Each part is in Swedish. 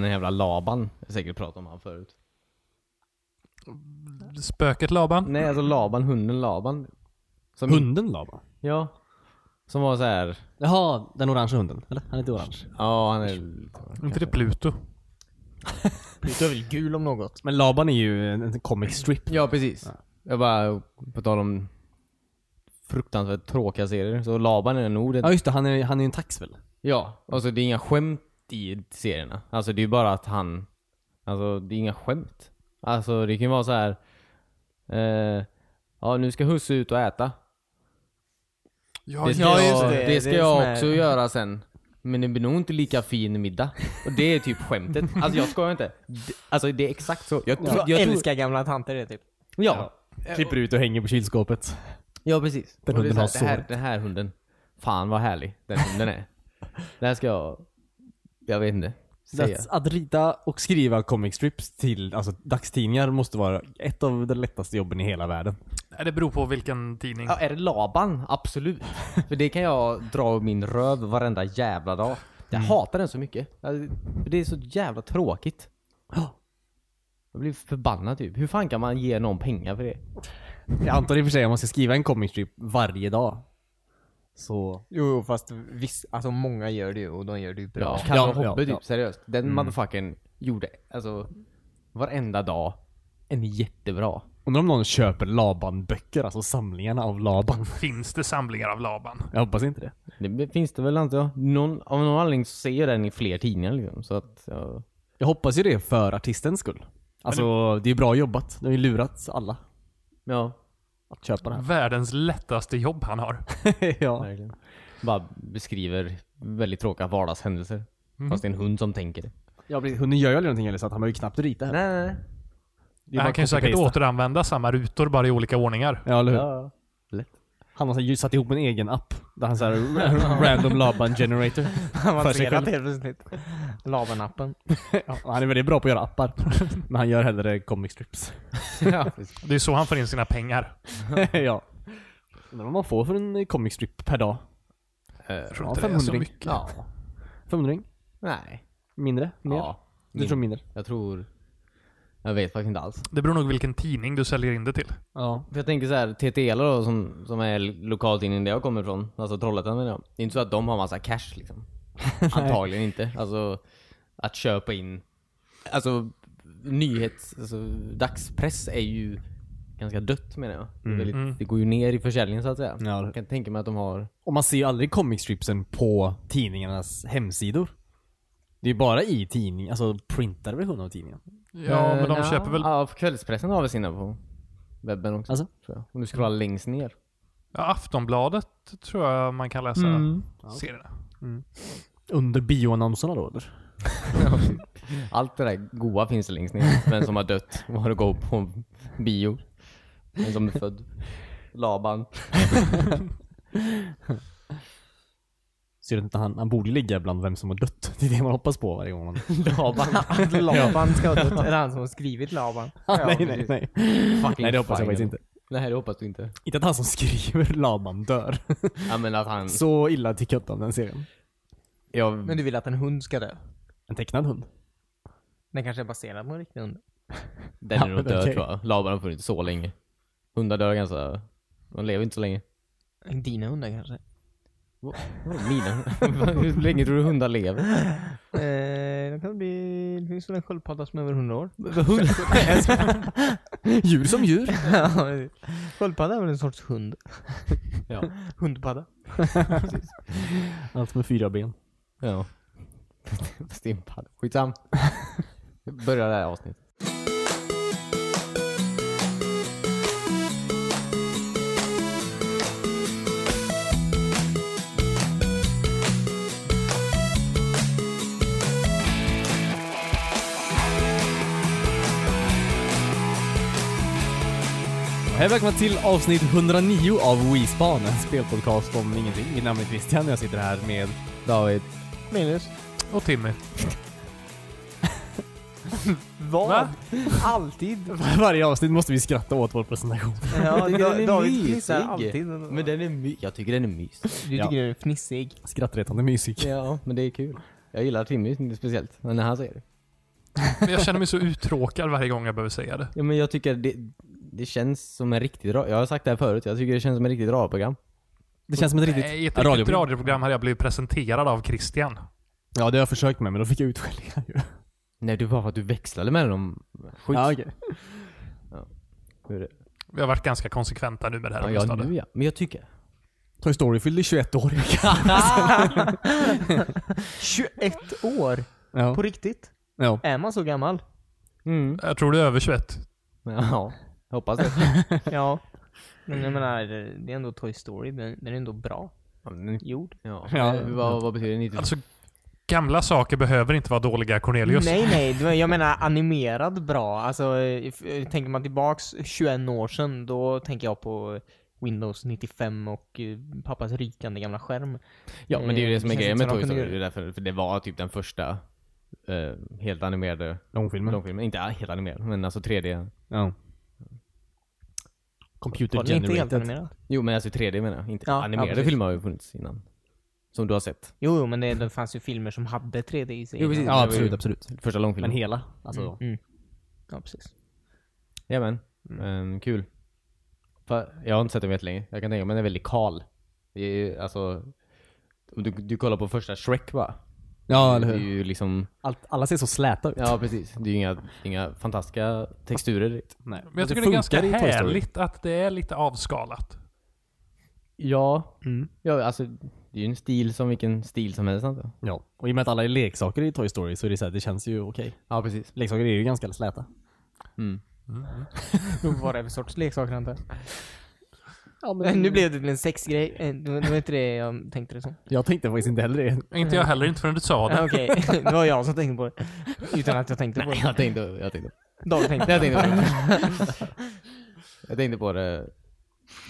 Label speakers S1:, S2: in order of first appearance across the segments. S1: Den jävla Laban. Jag har säkert pratat om han förut.
S2: Spöket Laban?
S3: Mm,
S1: Nej, alltså Laban, hunden Laban. Som,
S3: Hunden Laban?
S1: Ja. Som var så här.
S3: Jaha, den orange hunden? Eller? Han är inte orange.
S1: Ja, han är lite...
S2: inte det Pluto?
S4: Pluto är väl gul om något?
S3: Men Laban är ju en, en comic strip.
S1: Ja, precis. Jag bara, på tal om fruktansvärt tråkiga serier. Så Laban är nog det.
S3: Ja just det, han är han är en tax väl?
S1: Ja, alltså det är inga skämt i serierna. Alltså det är ju bara att han... Alltså det är inga skämt. Alltså det kan ju vara så här. Eh, ja, nu ska husse ut och äta.
S2: Ja,
S1: Det ska,
S4: Ja, just
S1: jag,
S4: det.
S1: det,
S4: Det är
S1: ska
S4: en sån
S1: jag
S4: här-
S1: också göra sen. Men det blir nog inte lika fin middag. Och det är typ skämtet. Alltså jag skojar inte. D- Alltså det är exakt så. Jag, tro,
S4: Jag,
S1: jag tror-
S4: älskar gamla tanter det typ.
S1: Ja,
S3: Klipper ut och hänger på kylskåpet.
S1: ja precis.
S3: Den
S1: Och det är
S3: hunden
S1: så
S3: har
S1: här, det här,
S3: såret.
S1: den här hunden. Fan vad härlig den hunden är. Det här ska jag... Jag vet inte. Säga.
S3: Att, att rita och skriva comic strips till alltså, dagstidningar måste vara ett av de lättaste jobben i hela världen.
S2: Nej, det beror på vilken tidning.
S1: Ja, är det Laban? Absolut. För det kan jag dra ur min röv varenda jävla dag. Jag
S4: Mm.
S1: hatar den så mycket. Jag- Det är så jävla tråkigt. Jag blir förbannad typ. Hur fan kan man ge någon pengar för det?
S3: Jag antar i och för sig om man ska skriva en comic strip varje dag. Så...
S4: Jo, jo, fast viss, alltså många gör det ju och de gör det ju bra.
S1: Kalle
S3: Ja,
S1: Hoppe
S3: ja,
S1: typ,
S3: ja. Mm.
S1: seriöst. Den motherfuckern gjorde alltså varenda dag en jättebra.
S3: Undrar om någon köper Laban-böcker, alltså samlingarna av Laban.
S2: Finns det samlingar av Laban?
S3: Jag hoppas inte det.
S1: Det finns det väl antar jag. Någon, av någon anledning så ser jag den i fler tidningar liksom. Så att, ja.
S3: Jag hoppas ju det för artistens skull. Alltså, det är bra jobbat. De har ju lurat alla
S1: ja.
S3: att köpa det här.
S2: Världens lättaste jobb han har.
S3: ja.
S1: Verkligen. Bara beskriver väldigt tråkiga vardagshändelser.
S3: Mm-hmm.
S1: Fast det är en hund som tänker det.
S3: ja, precis. Hunden gör ju aldrig någonting heller så att han behöver ju knappt rita heller.
S1: Nej, nej, nej.
S3: Det är bara
S2: han kan ju säkert
S3: copy-paste.
S2: återanvända samma rutor bara i olika ordningar.
S3: Ja, eller hur?
S1: Ja. Lätt.
S3: Han har så här ju satt ihop en egen app. Där han såhär random Laban generator.
S4: Han
S3: För sig
S4: avancerat
S3: själv.
S4: helt plötsligt. Labanappen.
S3: Ja, han är väldigt bra på att göra appar. Men han gör hellre comic strips.
S4: ja.
S2: Det är så han får in sina pengar.
S3: ja. Undrar vad man får för en eh, comic strip per dag?
S2: Jag tror inte det är så
S3: 500.
S2: mycket.
S1: Eh, Ja.
S3: 500 ring?
S1: Nej.
S3: Mindre? Mer?
S1: Ja.
S3: Du tror mindre?
S1: Jag tror... Jag vet faktiskt inte alls.
S2: Det beror nog vilken tidning du säljer in det till.
S3: Ja.
S1: För jag tänker så här, TTL då som, som är lokaltidningen där jag kommer ifrån, alltså Trollhättan menar jag. Det är inte så att de har massa cash liksom. Antagligen inte. Alltså att köpa in, alltså nyhets, alltså dagspress är ju ganska dött menar jag.
S2: Mm.
S1: Det, är väldigt, det går ju ner i försäljningen så att säga.
S3: Ja, det-
S1: Jag kan tänka mig att de har,
S3: Och man ser ju aldrig comic stripsen på tidningarnas hemsidor. Det är ju bara i tidning, alltså printade versioner av tidningen.
S2: Ja, men de
S1: Eh,
S2: köper väl...
S1: Ja, för kvällspressen har väl sina på webben också.
S3: Alltså?
S1: tror jag. Om du scrollar längst ner.
S2: Ja, Aftonbladet tror jag man kan läsa
S3: Mm.
S2: serierna.
S3: Under bioannonserna då eller?
S1: Allt det där goa finns längst ner. Men som har dött var det går på bio. Men som är född. Laban.
S3: Ser du inte han, han borde ligga bland vem som har dött. Det är det man hoppas på varje gång man...
S1: Laban.
S4: Laban ska ha dött. Är det han som har skrivit Laban?
S3: nej, nej, nej.
S1: Fucking
S3: Nej det hoppas jag
S1: final.
S3: faktiskt inte.
S1: Nej det hoppas du inte.
S3: Inte att han som skriver Laban dör.
S1: Ja men att han...
S3: Så illa tycker jag inte om den serien.
S1: Jag,
S4: Men du vill att en hund ska dö?
S3: En tecknad hund.
S4: Den kanske är baserad på en riktig hund?
S1: den är
S3: Ja,
S1: nog död
S3: okej.
S1: tror jag. Laban har funnits så länge. Hundar dör ganska... De lever inte så länge.
S4: Dina hundar kanske?
S1: Vadå Mina? Hur länge tror du hundar lever?
S4: Eh, de kan bli... Det finns väl en sköldpadda som är över 100 år?
S3: Djur som djur.
S4: sköldpadda är väl en sorts hund?
S3: Ja.
S4: Hundpadda?
S3: Allt med fyra ben.
S1: Ja. Stimpad. Skitsam. Börja det här avsnittet.
S3: Hej välkomna till avsnitt 109 av WeSpan, en spelpodcast om ingenting. Mitt namn är Christian och jag sitter här med...
S1: David.
S4: Minus?
S2: Och Timmy.
S4: Vad?
S2: Va?
S4: Alltid?
S3: Varje avsnitt måste vi skratta åt vår presentation.
S4: Ja,
S1: tycker den är
S4: David
S1: mysig.
S4: fnissar alltid.
S1: Men den är my... Jag tycker den är mys.
S4: Du tycker
S3: Ja.
S4: den är fnissig?
S3: Skrattretande mysig.
S1: Ja, men det är kul. Jag gillar Timmy speciellt, men när han säger det.
S2: Men jag känner mig så uttråkad varje gång jag behöver säga det.
S1: Ja, men jag tycker det, det känns som en riktigt ra- Jag har sagt det här förut, jag tycker det känns som en riktigt radioprogram.
S3: Det känns som ett riktigt
S2: Nej, ett
S3: radioprogram.
S2: riktigt radioprogram hade jag blivit presenterad av Christian.
S3: Ja, det har jag försökt med, men då fick jag utskällningar ju.
S1: Nej, det var för att du växlade mellan dem. Skit.
S3: Ja, okej.
S1: Hur är det?
S2: Vi har varit ganska konsekventa nu med det här.
S1: Ja,
S2: Gustav.
S1: ja, nu ja. Men jag tycker...
S3: Toy Story fyllde 21 år.
S4: 21 år?
S3: ja.
S4: På riktigt?
S3: ja.
S4: Är man så gammal?
S1: Mm.
S2: Jag tror du är över 21.
S1: Ja, jag hoppas det.
S4: Ja. Men jag menar, det är ändå Toy Story. Den, den är ändå bra
S1: Ja, men-
S4: gjord.
S1: Ja, Eh,
S3: Ja.
S1: Vad, vad betyder 90
S2: Alltså, gamla saker behöver inte vara dåliga Cornelius.
S4: Nej, nej. det var- Jag menar animerad bra. Alltså, if, eh, tänker man tillbaks 21 år sedan, då tänker jag på Windows 95 och eh, pappas rykande gamla skärm.
S1: Ja, men det är ju det som är
S4: Det känns
S1: grejen
S4: inte
S1: med Toy
S4: som de kunde
S1: Story.
S4: göra.
S1: Det är därför, för det var typ den första eh, helt animerade
S3: Långfilmen.
S1: långfilmen. Inte helt animerad, men alltså 3D.
S3: Ja. Computer
S4: Var den inte helt
S3: generated.
S4: animerad?
S1: Jo, men alltså 3D menar jag. Inte
S4: Ja, ja,
S1: animerade
S4: precis.
S1: filmer har ju funnits innan. Som du har sett.
S4: Jo, jo, men det, det fanns ju filmer som hade 3D i sig.
S1: Jo, precis.
S3: Ja, absolut, absolut.
S1: Första
S3: Men
S1: långfilmen.
S3: hela. Alltså,
S4: Mm. Ja, precis.
S1: Jajamän. Ehm, kul. Fa- jag har inte sett dem jättelänge. Jag kan tänka mig den är väldigt kal. Det är ju, alltså... om Du, du kollar på första Shrek va?
S3: Ja, eller
S1: Det är
S3: hur?
S1: ju liksom...
S3: Allt, alla ser så släta ut.
S1: Ja, precis. Det är ju inga, inga fantastiska texturer direkt.
S3: Nej.
S2: Men jag
S3: Det
S2: tycker det är ganska
S3: funkar i Toy Story.
S2: härligt att det är lite avskalat.
S1: Ja.
S2: Mm.
S1: Ja, alltså... Det är ju en stil som vilken stil som helst alltså. antar jag.
S3: Ja. Och i och med att alla är leksaker i Toy Story så är det så här, det känns ju okej.
S1: Ja, precis.
S3: Leksaker är ju ganska släta.
S4: Vad är det för sorts leksaker antar
S3: Ja,
S4: jag? Nu blev det till en sexgrej. Eh, Det var det var inte det jag tänkte det som.
S3: Jag tänkte faktiskt inte heller det.
S2: Inte jag heller, inte förrän du sa det.
S4: Ah, Okej, det var jag som tänkte på det. Utan att jag tänkte på
S1: Nej,
S4: det.
S1: jag tänkte... Jag tänkte
S4: Dag tänkte.
S1: jag tänkte på det. jag tänkte på det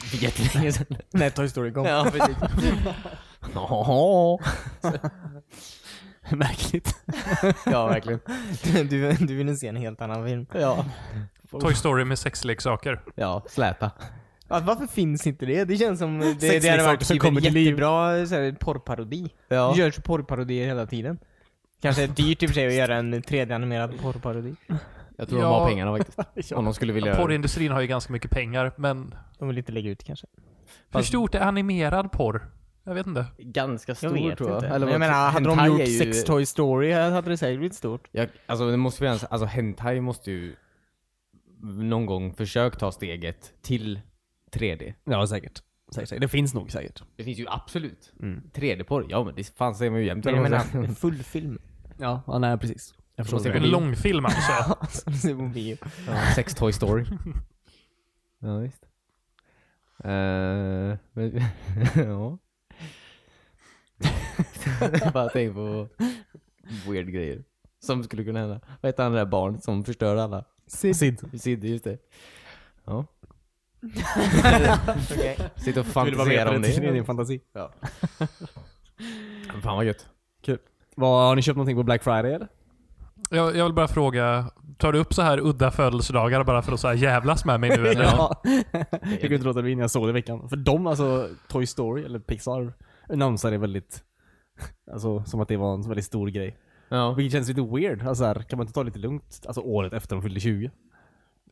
S1: för jättelänge sedan.
S4: När Toy Story kom.
S1: Ja, precis.
S3: Märkligt.
S1: ja, verkligen.
S4: Du, du ville se en helt annan film.
S1: Ja.
S2: Toy Story med sexleksaker.
S1: Ja, släta.
S4: Ja, Alltså, varför finns inte det? Det känns som eh, det, det hade
S3: Sexleksaker
S4: varit
S3: som
S4: typ
S3: kommer
S4: en
S3: till liv.
S4: jättebra så här, porrparodi.
S1: Ja.
S4: Det görs porrparodier hela tiden. Kanske är dyrt i och för sig att göra en 3D-animerad porrparodi.
S1: Jag tror de
S2: Ja.
S1: har pengarna faktiskt. Om de skulle vilja...
S2: Porrindustrin har ju ganska mycket pengar, men
S4: De vill inte lägga ut kanske.
S2: hur stort är animerad porr? Jag vet inte.
S1: Ganska
S4: Jag
S1: stor
S4: vet
S1: tror jag.
S4: inte.
S1: Eller
S4: Men
S1: vad- typ-
S4: jag menar, hade de
S1: hentai
S4: gjort
S1: är ju-
S4: sex Toy Story hade det säkert blivit stort.
S1: Jag, alltså det måste finnas, alltså hentai måste ju någon gång försökt ta steget till 3D.
S3: Ja, säkert. säkert. säkert. Det finns nog säkert.
S1: Det finns ju absolut.
S3: Mm.
S1: 3D-porr, ja men det fanns det ju jämt.
S4: Men jag menar, en full film.
S3: Ja, ja nej precis. Jag förstår
S1: Och sen
S3: det.
S2: En långfilm alltså.
S4: Som du ser på bio.
S1: Ja, Sex Toy Story. ja, visst. Eh, men, ja. Bara tänk på weird grejer. Som skulle kunna hända. Vad heter han det där barnet som förstör alla?
S3: Sid. Sid.
S1: Sid, just det. Ja.
S4: Okej.
S1: Sitter och
S3: Vill du vara
S1: fantiserar
S3: med på
S1: om
S3: det? Det är din
S1: det.
S3: fantasi.
S1: Fan vad gött.
S3: Kul. Vad, har ni köpt någonting på Black Friday eller?
S2: Jag, jag vill bara fråga, tar du upp så här udda födelsedagar bara för att så här jävlas med mig nu eller?
S3: Jag kunde inte låta bli när jag såg det i veckan. För de, alltså Toy Story eller Pixar, annonsade väldigt, alltså som att det var en väldigt stor grej.
S1: Ja.
S3: Vilket känns lite weird. Alltså här, kan man inte ta det lite lugnt? Alltså året efter de fyllde 20.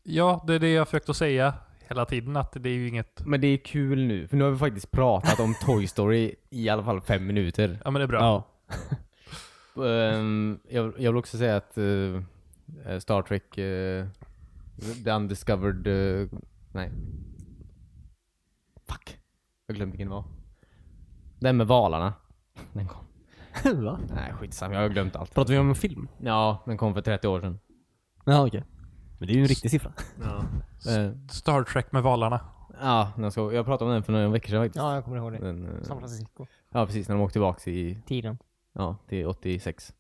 S2: Ja, det är det jag försökt att säga hela tiden, att det är ju inget...
S1: Men det är kul nu, för nu har vi faktiskt pratat om Toy Story i alla fall fem minuter.
S2: Ja men det är bra.
S3: Ja.
S1: Ehm, jag, jag vill också säga att eh, eh, Star Trek eh, The Undiscovered... eh, nej. Fuck. Jag glömde vilken det var. Den med valarna. Den kom.
S3: Va?
S1: Nej, skitsamma. Jag har glömt allt.
S3: Pratar vi om en film?
S1: Ja, den kom för 30 år sedan.
S3: Ja, okej. Men det är ju en riktig siffra.
S1: Eh,
S2: Star Trek med valarna.
S1: ja, när jag, ska, jag pratade om den för några veckor sedan faktiskt.
S4: Ja, jag kommer ihåg det.
S1: Den, eh,
S4: San Francisco.
S1: ja, precis. När de åkte tillbaks i,
S4: Tiden.
S1: ja, till 86.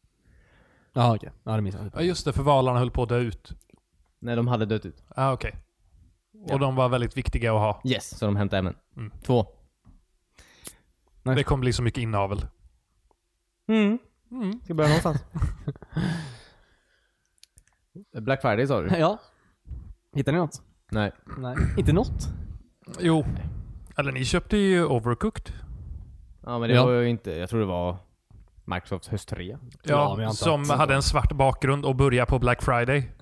S3: Ja, okej. Ja, det minns jag.
S2: Ja just det, för valarna höll på att dö ut.
S1: När de hade dött ut.
S2: Ah, okej.
S1: Ja.
S2: Och de var väldigt viktiga att ha.
S1: Yes, så de hämtade hem en.
S2: Mm.
S1: Två.
S3: Nej.
S2: Det kommer bli så mycket inavel.
S1: Mm.
S2: Mm.
S1: Ska börja någonstans. Black Friday sa du?
S3: Ja. Hittar ni något?
S1: Nej.
S3: Nej. Inte något?
S2: Jo. Eller ni köpte ju Overcooked.
S1: Ja men det
S3: Ja.
S1: var ju inte, jag tror det var Microsofts höstrea.
S2: Ja,
S3: men jag antar
S2: som
S3: att-
S2: hade en svart bakgrund och började på Black Friday.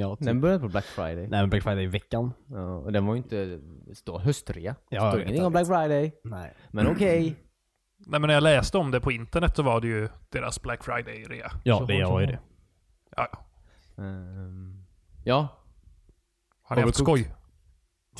S3: ja, typ.
S1: Den började på Black Friday.
S3: Nej men Black Friday i veckan.
S1: Ja, och den var ju inte... Det står höstrea.
S3: Ja,
S1: det
S3: jag
S1: står
S3: vet,
S1: ingenting
S3: jag
S1: om Black Friday.
S3: Nej.
S1: Men okej.
S2: Nej men när jag läste om det på internet så var det ju deras Black Friday-rea.
S3: Ja,
S4: Så
S3: det
S4: hårt som
S3: var ju
S4: det.
S3: det.
S2: Ja, ja.
S1: Ehm, ja,
S2: Har ni haft
S1: Overcooked.
S2: skoj?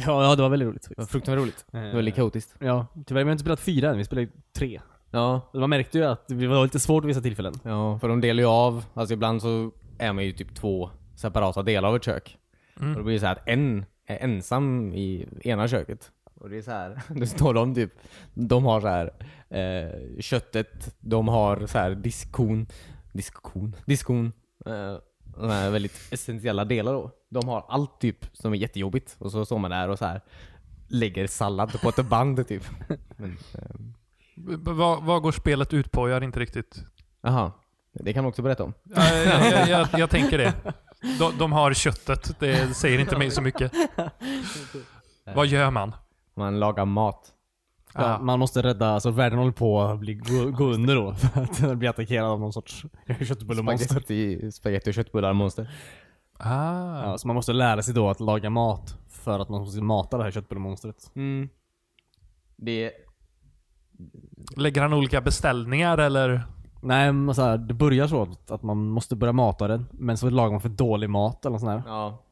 S3: Ja, ja, det var väldigt roligt
S1: det var
S3: faktiskt.
S1: fruktansvärt roligt. Det var lite kaotiskt.
S3: Ja, tyvärr vi har inte spelat fyra än, vi spelade tre.
S1: Ja,
S3: Man märkte ju att det var lite svårt vid vissa tillfällen.
S1: ja, för de delar ju av. Alltså ibland så är man ju typ två separata delar av ett kök. Och då blir det så här att en är ensam i ena köket. Och det är så här, då står de typ, de har så här eh, köttet, de har så här diskon, diskon, diskon. Eh, de här väldigt essentiella delar då. De har allt typ som är jättejobbigt. Och så står man där och så här lägger sallad på ett band typ. Men, eh,
S2: B- b- Vad, vad går spelet ut på? Jag har inte riktigt...
S1: Aha. Det kan man också berätta om.
S2: Ja, jag, jag, jag, jag tänker det. De, de har köttet, det säger inte mig så mycket. Vad gör man?
S1: Man lagar mat.
S3: Ja,
S2: Ah,
S3: man måste rädda, alltså världen håller på att bli, gå, gå under då. För att den blir attackerad av någon sorts köttbullemonster.
S1: Spagetti, spagetti och köttbullar-monster.
S2: ah.
S3: Ja, så man måste lära sig då att laga mat för att man måste mata det här köttbullemonstret.
S1: Mm. Det...
S2: Lägger han olika beställningar eller?
S3: Nej, men så här, det börjar så att- att man måste börja mata den, men så lagar man för dålig mat eller något sånt där.
S1: Ja.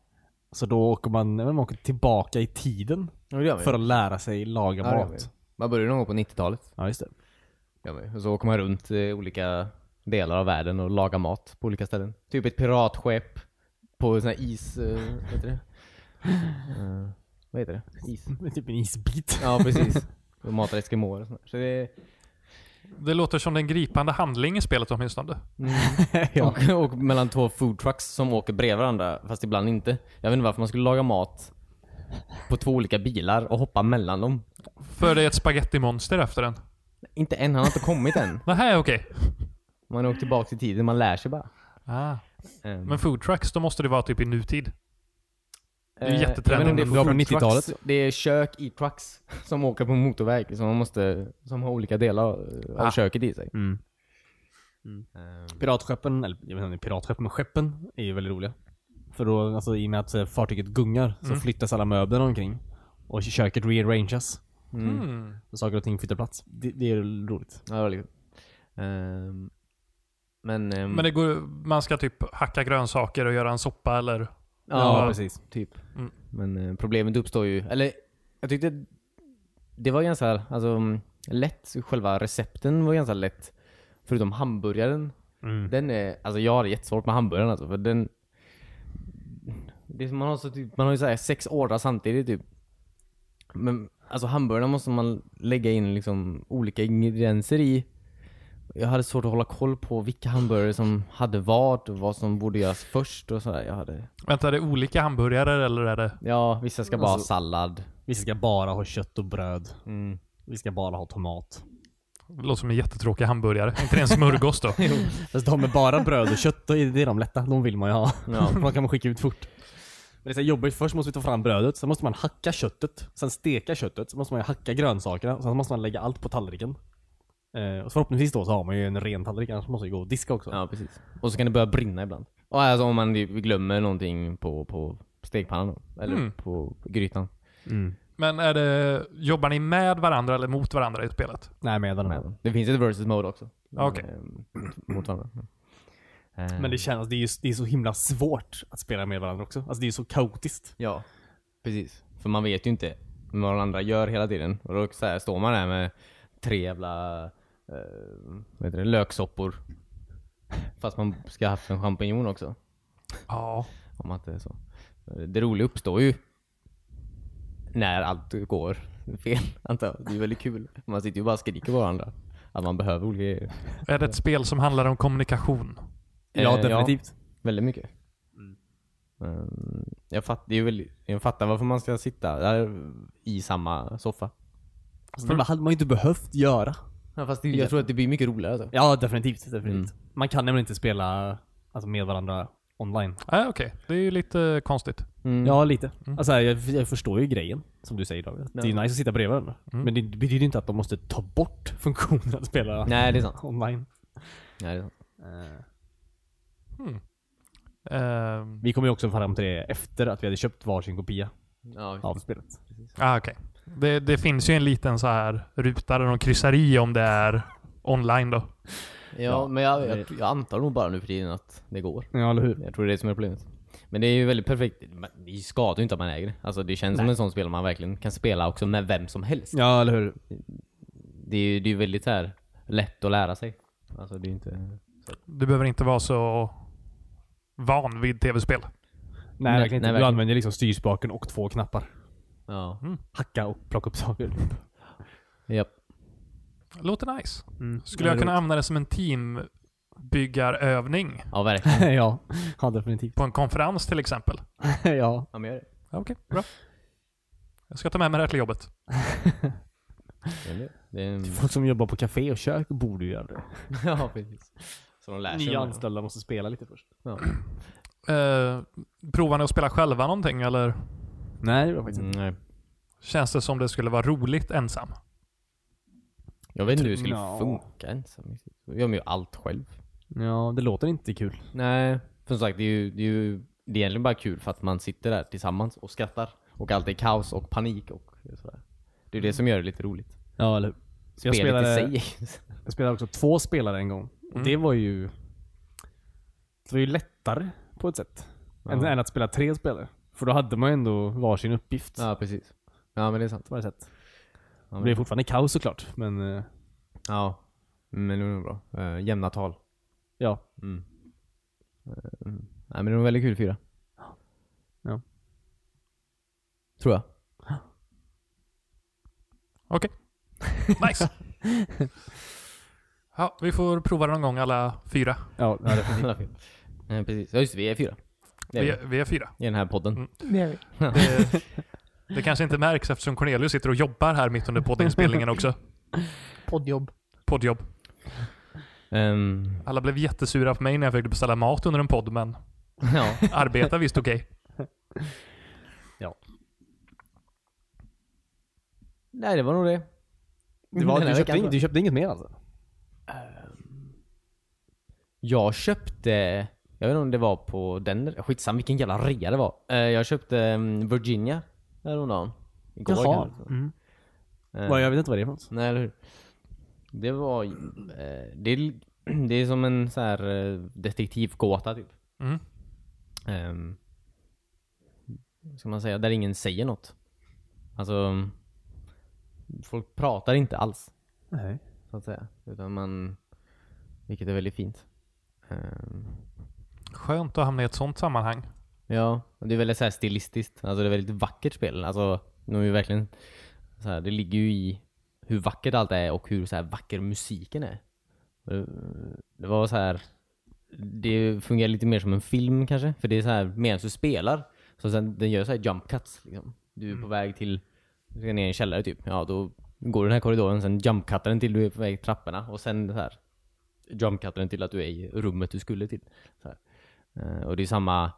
S3: Så då åker man, man åker tillbaka i tiden
S1: det gör man ju.
S3: för att lära sig laga
S1: Ja, det gör man ju.
S3: mat.
S1: Man börjar någon gång på 90-talet.
S3: Ja, just det.
S1: Ja, men. Och så åker man runt eh, olika delar av världen och lagar mat på olika ställen. Typ ett piratskepp på sån här is... Eh, vad heter det? Eh, vad heter det? Is.
S3: Det är Typ en isbit.
S1: Ja, precis. Och matar eskimåer och sånt där. Så det...
S2: Det låter som den gripande handling i spelet åtminstone.
S3: ja.
S1: Och, och mellan två food trucks som åker bredvid varandra, fast ibland inte. Jag vet inte varför man skulle laga mat på två olika bilar och hoppa mellan dem.
S2: För det är ett spagettimonster efter den.
S1: Inte än, han har inte kommit än.
S2: Nähä, okej.
S1: Man åker tillbaka i tiden, man lär sig bara.
S2: Ah.
S1: Ehm,
S2: Men food trucks, då måste det vara typ i nutid. det är
S1: eh,
S2: jättetrendigt,
S1: jag vet inte om
S2: men
S1: för
S3: det var
S1: food
S3: på
S1: trucks.
S3: 90-talet.
S1: Det är kök i trucks som åker på motorväg, som, man måste, som har olika delar av
S2: Ah.
S1: köket i sig.
S3: Mm.
S1: Ehm,
S3: Piratskeppen, eller jag vet inte om det är piratskepp, men skeppen är ju väldigt roliga. För då, alltså i och med att eh, fartyget gungar så flyttas alla möbler omkring. Och köket rearranges.
S2: Mm.
S3: Så saker och ting flyttar plats. Det, det är roligt.
S1: ja, det var liksom. Ehm, men, ehm,
S2: Men det går, man ska typ hacka grönsaker och göra en soppa eller?
S1: Ja,
S3: precis.
S1: Typ.
S2: Mm.
S1: Men eh, problemet uppstår ju, eller jag tyckte det var ganska alltså, mm, lätt, själva recepten var ganska lätt. Förutom hamburgaren. Den är, alltså jag har jättesvårt med hamburgaren alltså, för den... Det är, som man, har så typ, man har ju så här sex ordrar samtidigt typ. Men alltså hamburgaren måste man lägga in liksom olika ingredienser i. Jag hade svårt att hålla koll på vilka hamburgare som hade vad och vad som borde göras först och sådär. Jag hade...
S2: Vänta, är det olika hamburgare eller är det?
S1: Ja, vissa ska bara ha sallad.
S3: Vi ska bara ha kött och bröd.
S1: Mm.
S3: Vi ska bara ha tomat.
S2: Det låter som en jättetråkig hamburgare. inte det en smörgås då?
S3: Fast de med bara bröd och kött, då är det är de lätta. De vill man ju ha.
S1: Ja.
S3: de kan man skicka ut fort. Men det är så här jobbigt. Först måste vi ta fram brödet, sen måste man hacka köttet. Sen steka köttet, sen måste man ju hacka grönsakerna. Sen måste man lägga allt på tallriken. Eh, och förhoppningsvis då så har man ju en ren tallrik, annars måste man ju gå och diska också.
S1: Ja, precis. Och så kan det börja brinna ibland. Och alltså om man glömmer någonting på, på stekpannan då, Eller
S2: Mm.
S1: på grytan.
S2: Men är det, jobbar ni med varandra eller mot varandra i spelet?
S3: Nej, med den.
S1: Men Det finns ett versus mode också.
S2: Okej.
S1: Eh, mot- Mot varandra. Eh,
S3: Men det känns, det är, ju, det är så himla svårt att spela med varandra också. Alltså det är ju så kaotiskt.
S1: Ja, precis. För man vet ju inte vad de andra gör hela tiden. Och då så här, står man där med tre jävla eh, vad heter det, löksoppor. Fast man ska ha haft en champinjon också.
S2: Ja.
S1: Om att det är så. Det roliga uppstår ju när allt går fel, antar jag. Det är väldigt kul. Man sitter ju bara och skriker på varandra. Att man behöver olika grejer.
S2: Är det ett spel som handlar om kommunikation?
S1: Eh, Väldigt mycket. Mm. Jag, fatt, det är ju väldigt, jag fattar varför man ska sitta där i samma soffa.
S3: Alltså, det hade man ju inte behövt göra.
S1: Ja, fast det, jag tror att det blir mycket roligare så.
S3: Ja, definitivt. definitivt. Mm. Man kan nämligen inte spela alltså, med varandra online.
S2: Nej, Ah, okej. Det är ju lite konstigt.
S3: Ja, lite. Alltså, här, jag, jag förstår ju grejen, som du säger David. Det är ju nice Mm. att sitta bredvid varandra. Men det betyder ju inte att de måste ta bort funktionen att spela
S1: Nej, det är sant.
S3: online.
S1: Nej, det är sant.
S3: Eh,
S2: Ehm,
S3: Vi kom ju också fram till det efter att vi hade köpt varsin kopia
S1: Ja,
S3: av spelet.
S2: ah, okej. det, det finns ju en liten så här ruta där de kryssar i om det är online då.
S1: ja men jag, jag, jag antar nog bara nu för tiden att det går.
S3: Ja, eller hur?
S1: Jag tror det är det som är problemet. Men det är ju väldigt perfekt. Men Det skadar ju inte att man äger det. Alltså det känns som en sån spel man verkligen kan spela också med vem som helst.
S3: Ja, eller hur?
S1: Det är ju det är ju väldigt så här lätt att lära sig. Alltså det är inte...
S2: Du behöver inte vara så van vid tv-spel.
S3: Nej,
S1: Nej,
S3: verkligen inte.
S1: nej,
S3: Du
S1: verkligen.
S3: använder liksom styrspaken och två knappar.
S1: Ja.
S3: Hacka och plocka upp saker.
S1: Japp.
S2: Låter nice.
S3: Mm.
S2: Skulle jag kunna använda det som en teambyggarövning
S1: Ja verkligen.
S3: ja. ja, definitivt.
S2: på en konferens till exempel?
S3: ja.
S1: Ja men gör det.
S2: Ja, Okej, bra. Jag ska ta med mig det här till jobbet.
S1: Gör det. det är en...
S3: Folk som jobbar på café och kök borde ju göra det.
S1: ja precis. Så de lär sig.
S3: Nya
S1: om det.
S3: anställda måste spela lite först.
S1: Ja.
S2: Eh, provar ni att spela själva någonting eller
S3: Nej, det var faktiskt
S1: Mm,
S3: inte.
S1: nej.
S2: känns det som det skulle vara roligt ensam?
S1: Jag vet inte hur det skulle
S3: Nå.
S1: funka ensam. Jag gör man ju allt själv.
S3: Mm. Ja, det låter inte kul.
S1: Nej, som sagt det är ju, det är ju det är egentligen bara kul för att man sitter där tillsammans och skrattar. Och allt är kaos och panik och sådär. Det är det som gör det lite roligt.
S3: Ja, eller hur?
S1: Spelet
S3: spelade-
S1: i sig.
S3: Jag spelade också två spelare en gång. Och
S2: Mm.
S3: det var ju... Det var ju lättare på ett sätt. Än,
S1: Ja.
S3: än att spela tre spelare. För då hade man ju ändå varsin uppgift.
S1: ja, precis. Ja, men det är sant.
S3: På ett sätt.
S1: Ja,
S3: Det
S1: men,
S3: blev fortfarande kaos såklart, men... eh,
S1: ja. men det är nog bra. Eh, jämna tal.
S3: Ja.
S1: Mm. Eh, mm. Nej, men det är nog väldigt kul fyra.
S3: Ja.
S1: Tror jag.
S2: Okej. Nice. Ja, vi får prova det någon gång alla fyra.
S3: Ja, ja, det-
S1: Alla fel. Eh, precis. Ja, just det, vi är fyra. Det är
S2: Vi
S1: vi.
S2: är, vi är fyra.
S1: I den här podden.
S2: Mm.
S4: Det är vi.
S2: Det, det kanske inte märks eftersom Cornelius sitter och jobbar här mitt under poddinspelningen också.
S4: Poddjobb.
S2: Poddjobb.
S1: Ehm,
S2: Alla blev jättesura på mig när jag försökte beställa mat under en podd, men
S1: ja.
S2: arbetar visst okej.
S1: Nej, det var nog det.
S3: det var,
S1: Den här
S3: du, köpte
S1: veckan,
S3: inget, du köpte inget mer alltså?
S1: Jag köpte, jag vet inte om det var på den, skitsam vilken jävla rea det var. Eh, jag köpte mm, Virginia häromdagen. Igår
S3: Jaha.
S1: kanske.
S3: Mm.
S1: Eh,
S3: Vad- Jag vet inte vad det är för något.
S1: Nej eller hur? Det var, eh, det, är, det är som en så här eh, detektivgåta typ.
S2: Mm.
S1: Ehm, vad ska man säga, där ingen säger något. Alltså, folk pratar inte alls.
S3: Nej.
S1: Så att säga. Utan man, vilket är väldigt fint. Ehm,
S2: Skönt att hamna i ett sånt sammanhang.
S1: Ja, och det är väldigt så här stilistiskt. Alltså det är väldigt vackert spel. Alltså, de är ju verkligen så här, det ligger ju i hur vackert allt är och hur så här vacker musiken är. Och det- Det var så här det fungerar lite mer som en film kanske, för det är så här medan du spelar, så sen den gör så här jump cuts liksom. Du är på väg till, du ska ner i en källare typ, ja då går du den här korridoren, sen jump cuttar den till du är på väg till trapporna och sen så här jump cuttar den till att du är i rummet du skulle till. Så här. Eh, Och det är samma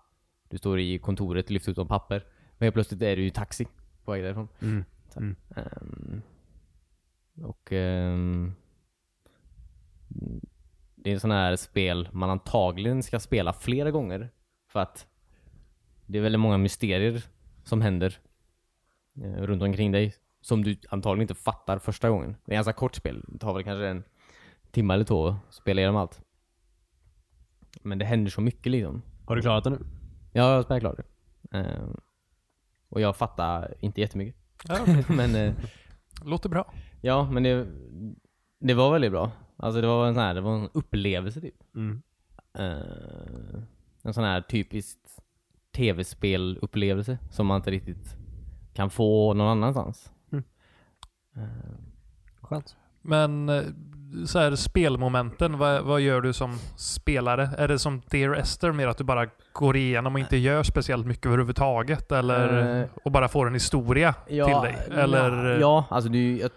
S1: du står i kontoret, lyfter ut de papper. Men helt plötsligt är du ju i taxi på väg därifrån.
S3: Mm.
S1: Så. Ehm, och ehm, det är sådana här spel man antagligen ska spela flera gånger. För att det är väldigt många mysterier som händer eh, runt omkring dig. Som du antagligen inte fattar första gången. Det är ganska kort spel. Det tar väl kanske en timme eller två att spela igenom allt. Men det händer så mycket liksom.
S3: Har du klarat det nu?
S1: Ja, jag spelar klart det. Ehm, och jag fattar inte jättemycket.
S2: Ja, okej.
S1: men eh,
S2: Låter bra.
S1: ja, men det, det var väldigt bra. Alltså det var en sån här, det var en upplevelse typ.
S3: Mm.
S1: Eh, en sån här typiskt tv-spelupplevelse som man inte riktigt kan få någon annanstans.
S3: Skönt.
S2: Men eh, så här, spelmomenten, vad, vad gör du som spelare? Är det som Dear Esther mer att du bara går igenom och inte gör speciellt mycket överhuvudtaget? Eller,
S1: Eh.
S2: och bara får en historia till dig? Eller, eh,
S1: Ja, ja alltså du, jag,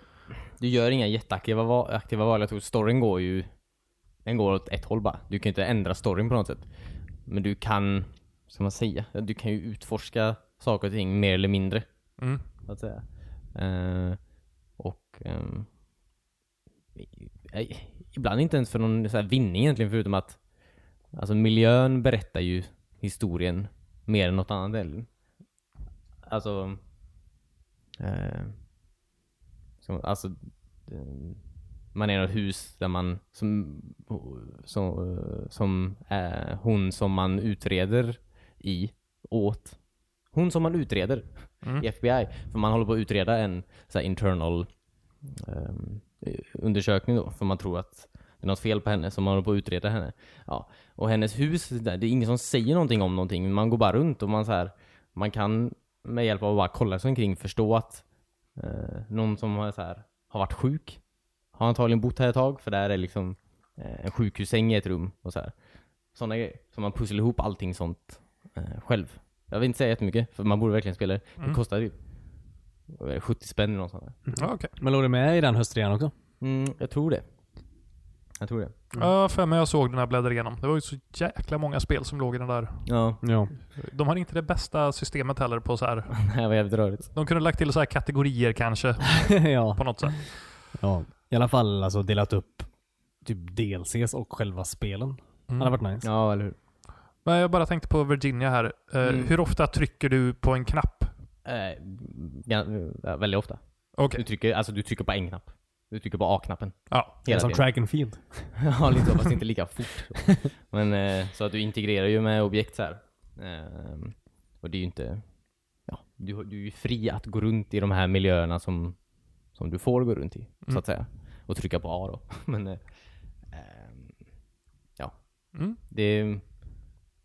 S1: du gör inga jätteaktiva val, aktiva val. Jag tror storyn går ju... Den går åt ett håll bara. Du kan ju inte ändra storyn på något sätt. Men du kan, vad ska man säga? Ja, Du kan ju utforska saker och ting mer eller mindre.
S2: Mm.
S1: Så att säga. Eh, och... ehm, nej, ibland inte ens för någon så här vinning egentligen förutom att alltså miljön berättar ju historien mer än något annat. eller? Alltså, eh, som, alltså eh, man är i ett hus där man som, som, som eh, hon som man utreder i åt. Hon som man utreder
S2: Mm.
S1: i FBI. För man håller på att utreda en så här, internal ehm, eh, undersökning då. För man tror att det är något fel på henne, så man håller på att utreda henne. Ja. Och hennes hus, där, det är ingen som säger någonting om någonting. Man går bara runt och man så här, man kan med hjälp av att bara kolla sig omkring förstå att eh, någon som har, så här, har varit sjuk har antagligen bott här ett tag, för där är liksom eh, en sjukhussäng i ett rum och så här. Sådana grejer. Så man pusslar ihop allting sånt eh, själv. Jag vill inte säga jättemycket, för man borde verkligen spela det. Det
S2: Mm.
S1: kostar typ vad är det, 70 spänn eller något sånt där.
S2: Ja, okej.
S3: Men låg du med i den höstrean också?
S1: Mm, jag tror det. Jag tror det.
S2: Ja, för mig jag såg den här bläddra igenom. Det var ju så jäkla många spel som låg i den där.
S1: Ja,
S3: Ja.
S2: De har inte det bästa systemet heller på så här.
S1: det här var jävligt rörigt.
S2: De kunde lagt till så här kategorier kanske
S3: ja.
S2: på något sätt.
S3: ja. I alla fall alltså delat upp typ DLCs och själva spelen. Det hade
S2: Mm.
S3: varit nice.
S1: Ja, eller hur?
S2: Men jag bara tänkte på Virginia här. Eh,
S1: Mm.
S2: Hur ofta trycker du på en knapp?
S1: Eh, gan- ja, väldigt ofta.
S2: Okej.
S1: Du trycker, alltså du trycker på en knapp. Du trycker på A-knappen.
S2: Ja.
S1: Hela
S3: som
S1: tiden.
S3: track and field.
S1: ja, lite så, fast inte lika fort. Men eh, så att du integrerar ju med objekt så här. Ehm, och det är ju inte... Ja, du, har- du är ju fri att gå runt i de här miljöerna som, som du får gå runt i, så
S2: Mm.
S1: att säga. Och trycka på A då. Men... Eh, ehm, ja.
S2: Mm.
S1: Det är,